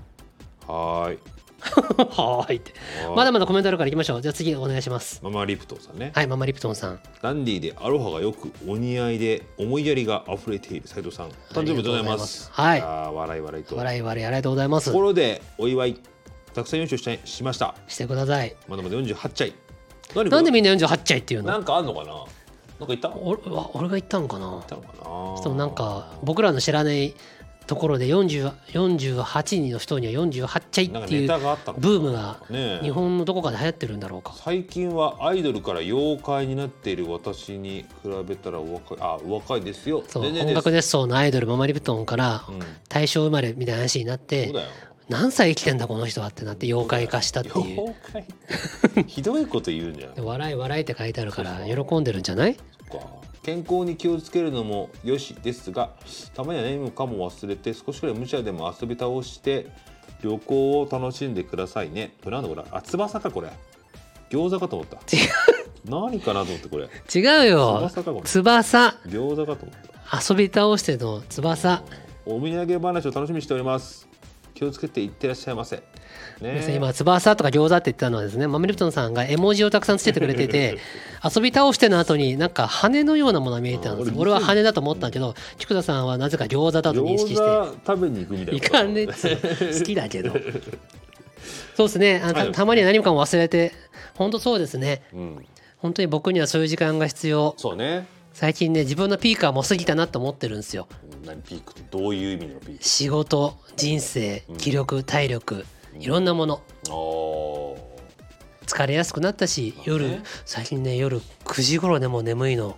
Speaker 2: はーい
Speaker 1: はーいって
Speaker 2: はーい
Speaker 1: まだまだコメントあるからいきましょうじゃあ次お願いします
Speaker 2: ママリプトンさんね、
Speaker 1: はいママリプトンさん
Speaker 2: ダンディでアロハがよくお似合いで思いやりが溢れている斉藤さん誕生日おめでとうございます
Speaker 1: ありがとうございます
Speaker 2: あー笑い笑いと
Speaker 1: 笑い笑いありがとうございます
Speaker 2: ところでお祝いたくさん優勝したいしました
Speaker 1: してください
Speaker 2: まだまだ48ちゃい何
Speaker 1: なんでみんな48ちゃいっていう
Speaker 2: な
Speaker 1: の
Speaker 2: んかあんのかななんかいたい
Speaker 1: おわ俺が言ったのかな
Speaker 2: たのかな
Speaker 1: そうなんか僕らの知らないところで40 48人の人には48ちゃい
Speaker 2: なん
Speaker 1: っ
Speaker 2: か
Speaker 1: てい
Speaker 2: ネ
Speaker 1: う
Speaker 2: タがあったのかな
Speaker 1: ブームが
Speaker 2: ねえ
Speaker 1: 日本のどこかで流行ってるんだろうか
Speaker 2: 最近はアイドルから妖怪になっている私に比べたらお若いあお若いですよ
Speaker 1: そう
Speaker 2: 全然
Speaker 1: 音楽
Speaker 2: で
Speaker 1: 熱奏のアイドルママリプトンから
Speaker 2: すうん
Speaker 1: 大正生まれみたいな話になっ
Speaker 2: そ
Speaker 1: て
Speaker 2: うだよ
Speaker 1: 何歳生きてんだこの人はってなって妖怪化したっていう
Speaker 2: 妖怪ってひどいこと言うんじゃん
Speaker 1: で笑い笑いって書いてあるから喜んでるんじゃない
Speaker 2: そっか健康に気をつけるのもよしですがたまには何もかも忘れて少しくらい無茶でも遊び倒して旅行を楽しんでくださいねこれなんだこれあ翼かこれ餃子かと思った
Speaker 1: 違
Speaker 2: 何かなと思ってこれ
Speaker 1: 違うよ
Speaker 2: 翼かこれ
Speaker 1: 翼
Speaker 2: 餃子かと思った
Speaker 1: 遊び倒しての翼
Speaker 2: お土産話を楽しみにしております気をつけていってらっしゃいませね
Speaker 1: 皆さん今翼とか餃子って言ったのはですねマミルプトンさんが絵文字をたくさんつけてくれてて遊び倒しての後になんか羽のようなものが見えたんです
Speaker 2: あ
Speaker 1: 俺
Speaker 2: 俺
Speaker 1: は羽だと思ったけど菊田さんはなぜか餃子だと認識して
Speaker 2: 餃子食べに行くみたいな
Speaker 1: 行かねえっつうの好きだけ どそうですねあたたまには何もかも忘れて本当そうですね
Speaker 2: うん
Speaker 1: 本当に僕にはそういう時間が必要
Speaker 2: そうね
Speaker 1: 最近ね自分のピークはもう過ぎたなと思ってるんですよ
Speaker 2: 何ピークってどういう意味のピーク
Speaker 1: 仕事人生気力体力いろんなもの
Speaker 2: ああ
Speaker 1: 疲れやすくなったし
Speaker 2: まあ
Speaker 1: 夜
Speaker 2: ね
Speaker 1: 最近ね夜9時頃ねもう眠いの
Speaker 2: う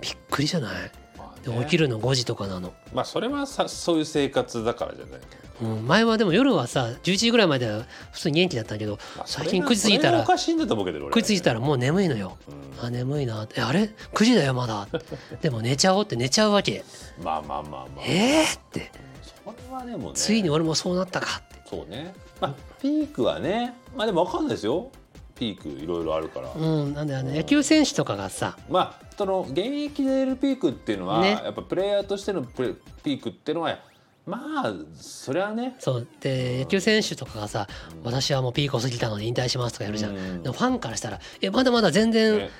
Speaker 1: びっくりじゃない
Speaker 2: んまあ
Speaker 1: で
Speaker 2: ね
Speaker 1: 起きるの5時とかなの、
Speaker 2: まあそれはさそういう生活だからじゃない、
Speaker 1: うん、前はでも夜はさ11時ぐらいまでは普通に元気だったけど
Speaker 2: まあ
Speaker 1: 最近
Speaker 2: そ
Speaker 1: 9
Speaker 2: れが
Speaker 1: 時過ぎた
Speaker 2: それが
Speaker 1: ら
Speaker 2: おかしいんだと思うけど
Speaker 1: 食いついたらもう眠いのよ。
Speaker 2: うん
Speaker 1: あ眠いなってえあれ9時だよまだ でも寝ちゃおうって寝ちゃうわけ
Speaker 2: まあまあまあまあ
Speaker 1: えー、って
Speaker 2: それはでもね
Speaker 1: ついに俺もそうなったかって
Speaker 2: そうねまあピークはねまあでもわかんないですよピークいろいろあるから、
Speaker 1: うんなんだよね野球選手とかがさ
Speaker 2: まあその現役でいるピークっていうのは、
Speaker 1: ね
Speaker 2: やっぱプレイヤーとしてのプレピークっていうのはまあそれはね
Speaker 1: そうで野球選手とかがさ「私はもうピークを過ぎたので引退します」とかやるじゃん、
Speaker 2: うん
Speaker 1: でもファンからしたら「えまだまだ全然
Speaker 2: ね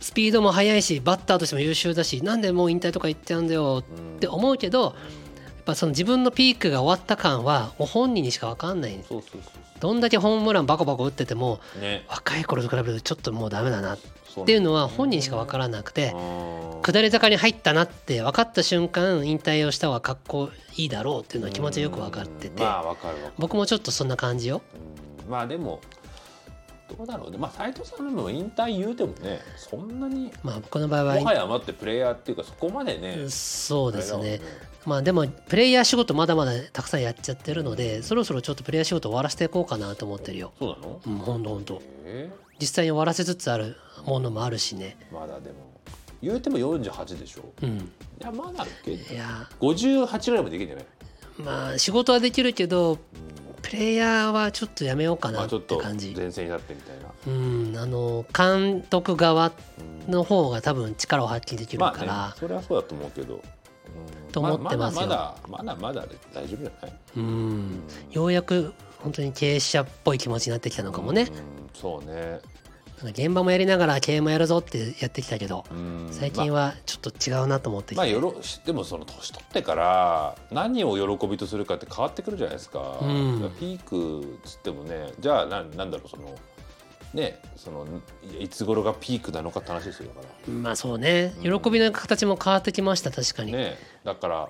Speaker 1: スピードも速いしバッターとしても優秀だしなんでもう引退とか言っちゃうんだよ」って思うけどやっぱその自分のピークが終わった感はもう本人にしか分かんないんです
Speaker 2: そうそうそ
Speaker 1: どんだけホームランバコバコ打ってても
Speaker 2: うね
Speaker 1: 若い頃と比べるとちょっともうダメだなっ
Speaker 2: そ
Speaker 1: ていうのは本人しか分からなくて
Speaker 2: あー
Speaker 1: 下り坂に入ったなって分かった瞬間引退をした方がかっこいいだろうっていうのは気持ちよく分かって
Speaker 2: う
Speaker 1: て
Speaker 2: んまあわかるわかる
Speaker 1: 僕もちょっとそんな感じよ
Speaker 2: うんまあでもどうだろうねまあ斎藤さんのも引退言うてもねそんなに
Speaker 1: まあ僕の場合
Speaker 2: もは
Speaker 1: は
Speaker 2: や待ってプレイヤーっていうかそこまでね、
Speaker 1: そうです
Speaker 2: あれ
Speaker 1: ね
Speaker 2: だもん
Speaker 1: まあでもプレイヤー仕事まだまだたくさんやっちゃってるのでそろそろちょっとプレイヤー仕事終わらせていこうかなと思ってるよ
Speaker 2: そうなの、
Speaker 1: うんほんとほんと
Speaker 2: え
Speaker 1: 実際に終わらせつつあるものもあるしね
Speaker 2: ーまだでも言うても48でしょ
Speaker 1: うん
Speaker 2: いやまだいけ
Speaker 1: いや
Speaker 2: 58ぐらいまでいけんじゃない
Speaker 1: まあ仕事はできるけどプレイヤーはちょっとやめようか
Speaker 2: ま
Speaker 1: な
Speaker 2: あちょ
Speaker 1: っ
Speaker 2: ってと
Speaker 1: 感じ、
Speaker 2: 前線になってみたいな
Speaker 1: うんあの監督側の方が多分力を発揮できる
Speaker 2: ま
Speaker 1: か
Speaker 2: あ
Speaker 1: ら、
Speaker 2: ねそれはそうだと思うけど、うん
Speaker 1: と思ってますよ
Speaker 2: まあまだまだまだまだで大丈夫じゃない
Speaker 1: うんようやく本当に経営者っぽい気持ちになってきたのかもね
Speaker 2: う、んそうね、
Speaker 1: なんか現場もやりながら経営もやるぞってやってきたけど、
Speaker 2: うん
Speaker 1: 最近はちょっと違うなと思ってき
Speaker 2: まあ
Speaker 1: て、
Speaker 2: よろしでもその年取ってから何を喜びとするかって変わってくるじゃないですか、
Speaker 1: うん
Speaker 2: だからピークっつってもねじゃあなんなんだろうそのねそのいいつ頃がピークなのかって話ですよだか
Speaker 1: まあ、そうね喜びの形も変わってきました確からに、
Speaker 2: ねだから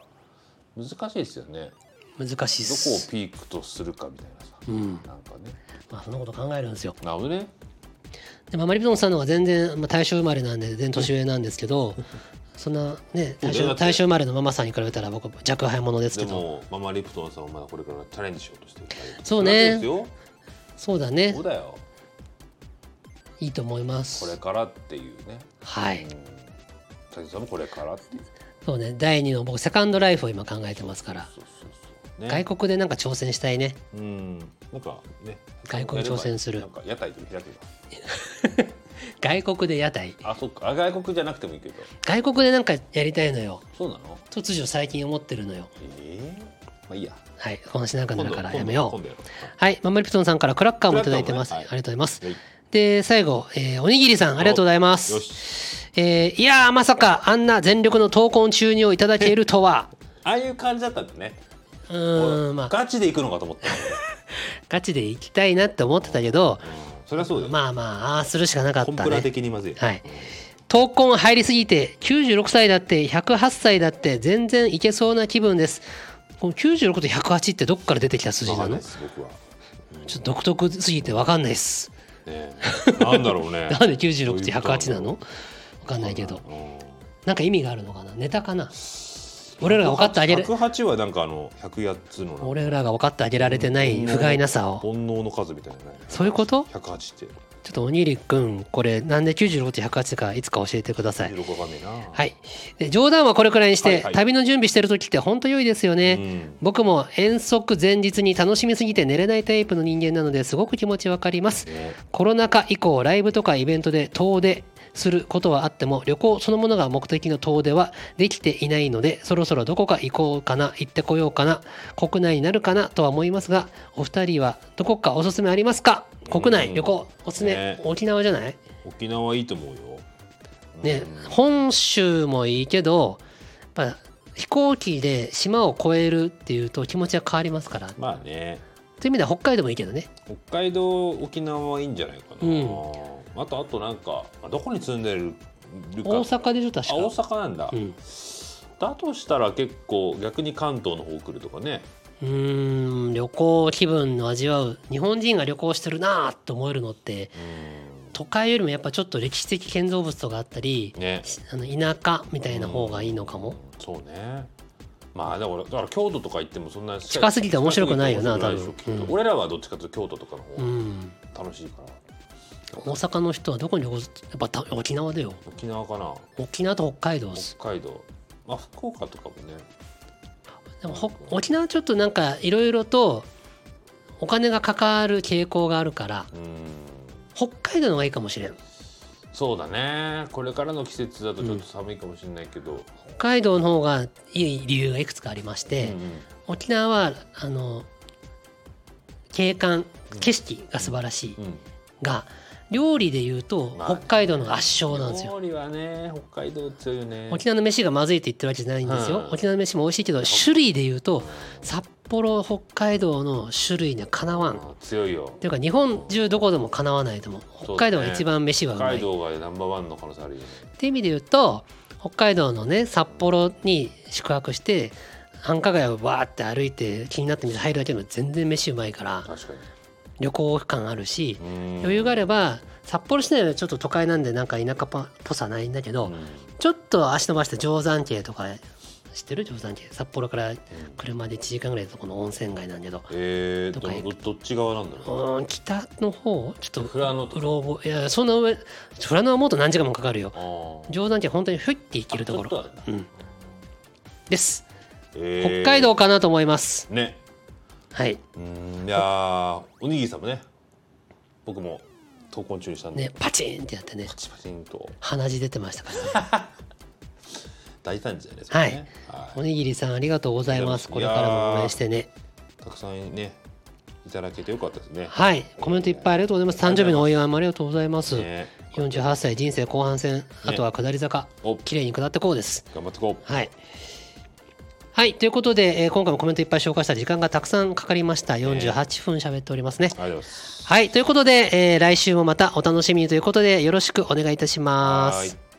Speaker 2: 難しいですよね
Speaker 1: 難しいっ
Speaker 2: どこを
Speaker 1: す、
Speaker 2: ピークとするかみたいなさ、
Speaker 1: うん
Speaker 2: なんかね
Speaker 1: まあ、そんなこと考えるんですよ
Speaker 2: なるほどね
Speaker 1: でもマリピトンさんの方が全然、まあ、大正生まれなんで全然年上なんですけどそんなね大
Speaker 2: そ
Speaker 1: 正
Speaker 2: うだって
Speaker 1: 大正生まれのママさんに比べたら僕若輩者です
Speaker 2: で
Speaker 1: けど
Speaker 2: もママリプトンさんはまだこれからチャレンジしようとしてる
Speaker 1: そうね
Speaker 2: そりゃそうです
Speaker 1: そうだ
Speaker 2: よ
Speaker 1: ね
Speaker 2: そうだよ
Speaker 1: いいと思いま
Speaker 2: これ
Speaker 1: す
Speaker 2: からっていうね
Speaker 1: はい
Speaker 2: 斉藤さんもこれからっていう
Speaker 1: そうね第2の僕セカンドライフを今考えてますから
Speaker 2: そうそうそうね
Speaker 1: 外国でなんか挑戦したいね
Speaker 2: うん、なんかね
Speaker 1: 外交に挑戦する
Speaker 2: なんか屋台でも開けば
Speaker 1: 外国で屋台
Speaker 2: あそっかあ外国じゃなくてもいいけど
Speaker 1: 外国でなんかやりたいのよ
Speaker 2: そうなの
Speaker 1: 突如最近思ってるのよ
Speaker 2: ええまあいいや
Speaker 1: はいこのしなか
Speaker 2: 今
Speaker 1: だ
Speaker 2: 度
Speaker 1: からやめよ
Speaker 2: 今
Speaker 1: う
Speaker 2: 度やろ
Speaker 1: はいマンマリプトンさんからクラッカーもいただいてます、
Speaker 2: クラ
Speaker 1: あ
Speaker 2: ッカーもねはい
Speaker 1: りがとうございます
Speaker 2: うはい
Speaker 1: で最後、えーおにぎりさんありがとうございます
Speaker 2: よし
Speaker 1: えーいやーまさかあんな全力の闘魂注入をいただけると は
Speaker 2: ああいう感じだったんだね
Speaker 1: うーんまあ
Speaker 2: ガチで行くのかと思った
Speaker 1: ガチで行きたいなって思ってたけど
Speaker 2: それはそうだよ、
Speaker 1: まあまあああするしかなかっ
Speaker 2: コン
Speaker 1: た
Speaker 2: プラ
Speaker 1: ね
Speaker 2: 的にまずい、
Speaker 1: はい闘魂入りすぎて96歳だって108歳だって全然いけそうな気分ですこの96と108ってどっから出てきた数字
Speaker 2: わか
Speaker 1: なん
Speaker 2: ない
Speaker 1: の
Speaker 2: で
Speaker 1: ち
Speaker 2: す僕は、うん
Speaker 1: ょっと独特すぎて分かんないです
Speaker 2: ね えなんだろうね
Speaker 1: なんで96って108な
Speaker 2: どういう
Speaker 1: の
Speaker 2: こ
Speaker 1: 分かんないけど
Speaker 2: うん
Speaker 1: なんか意味があるのかなネタかな俺らが分かってあげる
Speaker 2: 108はなんかあの108つの
Speaker 1: 俺らが分かってあげられてない不甲斐なさを
Speaker 2: 煩悩の数みたいなね
Speaker 1: そういうこと
Speaker 2: 108って
Speaker 1: ちょっとおにぎりくんこれなんで96と108かいつか教えてください
Speaker 2: よくわかんねえな、
Speaker 1: はいいで冗談はこれくらいにして、
Speaker 2: はいはい
Speaker 1: 旅の準備してる時ってほんと良いですよね、
Speaker 2: うん
Speaker 1: 僕も遠足前日に楽しみすぎて寝れないタイプの人間なのですごく気持ちわかります
Speaker 2: ね
Speaker 1: コロナ禍以降ライブとかイベントで遠出することはあっても旅行そのものが目的の遠出はできていないのでそろそろどこか行こうかな行ってこようかな国内になるかなとは思いますがお二人はどこかおすすめありますか国
Speaker 2: う
Speaker 1: 内
Speaker 2: ん
Speaker 1: 旅行おすすめ、
Speaker 2: ね
Speaker 1: 沖縄じゃない
Speaker 2: 沖縄いいと思うよ
Speaker 1: ね
Speaker 2: うん
Speaker 1: 本州もいいけどやっぱ飛行機で島を越えるっていうと気持ちは変わりますからという
Speaker 2: まあね
Speaker 1: 意味では北海道もいいけどね
Speaker 2: 北海道沖縄はいいんじゃないかな、
Speaker 1: うん
Speaker 2: あとあとなんかあどこに住んでるか
Speaker 1: 大阪でしょ確
Speaker 2: あ
Speaker 1: か
Speaker 2: 大阪なんだ、
Speaker 1: うん
Speaker 2: だとしたら結構逆に関東の方来るとかね
Speaker 1: うーん旅行気分の味わう日本人が旅行してるなーって思えるのって
Speaker 2: う
Speaker 1: 都会よりもやっぱちょっと歴史的建造物とかあったり
Speaker 2: んね
Speaker 1: しあの田舎みたいな方がいいのかも、
Speaker 2: そうねまあだからだから京都とか行ってもそんな
Speaker 1: 近すぎて面白くないよな
Speaker 2: 近すぎて面白く
Speaker 1: 多
Speaker 2: ないでしょ
Speaker 1: 分
Speaker 2: きっ
Speaker 1: うん
Speaker 2: と俺らはどっちかというと京都とかの
Speaker 1: う
Speaker 2: 方が
Speaker 1: ん、
Speaker 2: 楽しいから、
Speaker 1: 大阪の人はどこに旅行すやっぱた沖縄だよ
Speaker 2: 沖縄かな
Speaker 1: 沖縄と北海道です
Speaker 2: 北海道まあ福岡とかもね
Speaker 1: でもほ沖縄ちょっとなんかいろいろとお金がかかる傾向があるから
Speaker 2: うん
Speaker 1: 北海道の方がいいかもしれん
Speaker 2: そうだねこれからの季節だとちょっと寒いかもしれないけど、
Speaker 1: 北海道の方がいい理由がいくつかありまして、
Speaker 2: うんうん
Speaker 1: 沖縄はあの景観景色が素晴らしい
Speaker 2: うん
Speaker 1: が料理でいうと
Speaker 2: まあ
Speaker 1: 北海道の圧勝なんですよ
Speaker 2: 料理はね北海道強いよね
Speaker 1: 沖縄の飯がまずいって言ってるわけじゃないんですよ、
Speaker 2: うん
Speaker 1: 沖縄の飯も美味しいけど種類でいうと札幌北海道の種類にはかなわんっ
Speaker 2: うん強いよ
Speaker 1: ていうか日本中どこでもかなわないと思う北海道が一番飯はう
Speaker 2: 北
Speaker 1: まい、
Speaker 2: 海道がナンバーワンの可能性あるよね
Speaker 1: っていう意味で言うと北海道のね札幌に宿泊して繁華街をわーって歩いて気になって店入るだけでも全然飯うまいから
Speaker 2: 確かに
Speaker 1: 旅行感あるし
Speaker 2: うん
Speaker 1: 余裕があれば札幌市内はちょっと都会なんでなんか田舎っぽさないんだけど、
Speaker 2: うん
Speaker 1: ちょっと足伸ばして定山渓とか知ってる定山渓札幌から車で1時間ぐらいのとこの温泉街なんだけど
Speaker 2: えー、
Speaker 1: とか行
Speaker 2: どどっち側なんだ
Speaker 1: う
Speaker 2: ろ
Speaker 1: ーん北の方ちょっと
Speaker 2: う。フラノと
Speaker 1: うろ覚えいやそんな上富良野はもっと何時間もかかるよ
Speaker 2: あー
Speaker 1: 定山渓本当にふって行けるとこ
Speaker 2: あちょ
Speaker 1: ろ
Speaker 2: っとあるんだ
Speaker 1: うんです
Speaker 2: えー
Speaker 1: 北海道かなと思います、
Speaker 2: ね。
Speaker 1: はい
Speaker 2: うんいやーおにぎりさんもね。僕も闘魂中にしたんで、
Speaker 1: ねパチンってやってね
Speaker 2: パチパチンと
Speaker 1: 鼻血出てましたからね
Speaker 2: 大惨事だね。そ
Speaker 1: はい
Speaker 2: れねはい
Speaker 1: おにぎりさんありがとうございますこれからも応援してね
Speaker 2: たくさんねいただけてよかったですね。
Speaker 1: はい、コメントいっぱいありがとうございます。誕生日のお祝いもありがとうございます。
Speaker 2: ね
Speaker 1: 48歳人生後半戦、あとは下り坂、
Speaker 2: お
Speaker 1: 綺麗に下ってこうです。
Speaker 2: 頑張ってこう。
Speaker 1: はい。はい、ということで、えー今回もコメントいっぱい紹介した時間がたくさんかかりました。48分喋っておりますね。
Speaker 2: ありがとうございます。
Speaker 1: はい、ということで、えー来週もまたお楽しみにということで、よろしくお願いいたしま
Speaker 2: はー
Speaker 1: す
Speaker 2: い。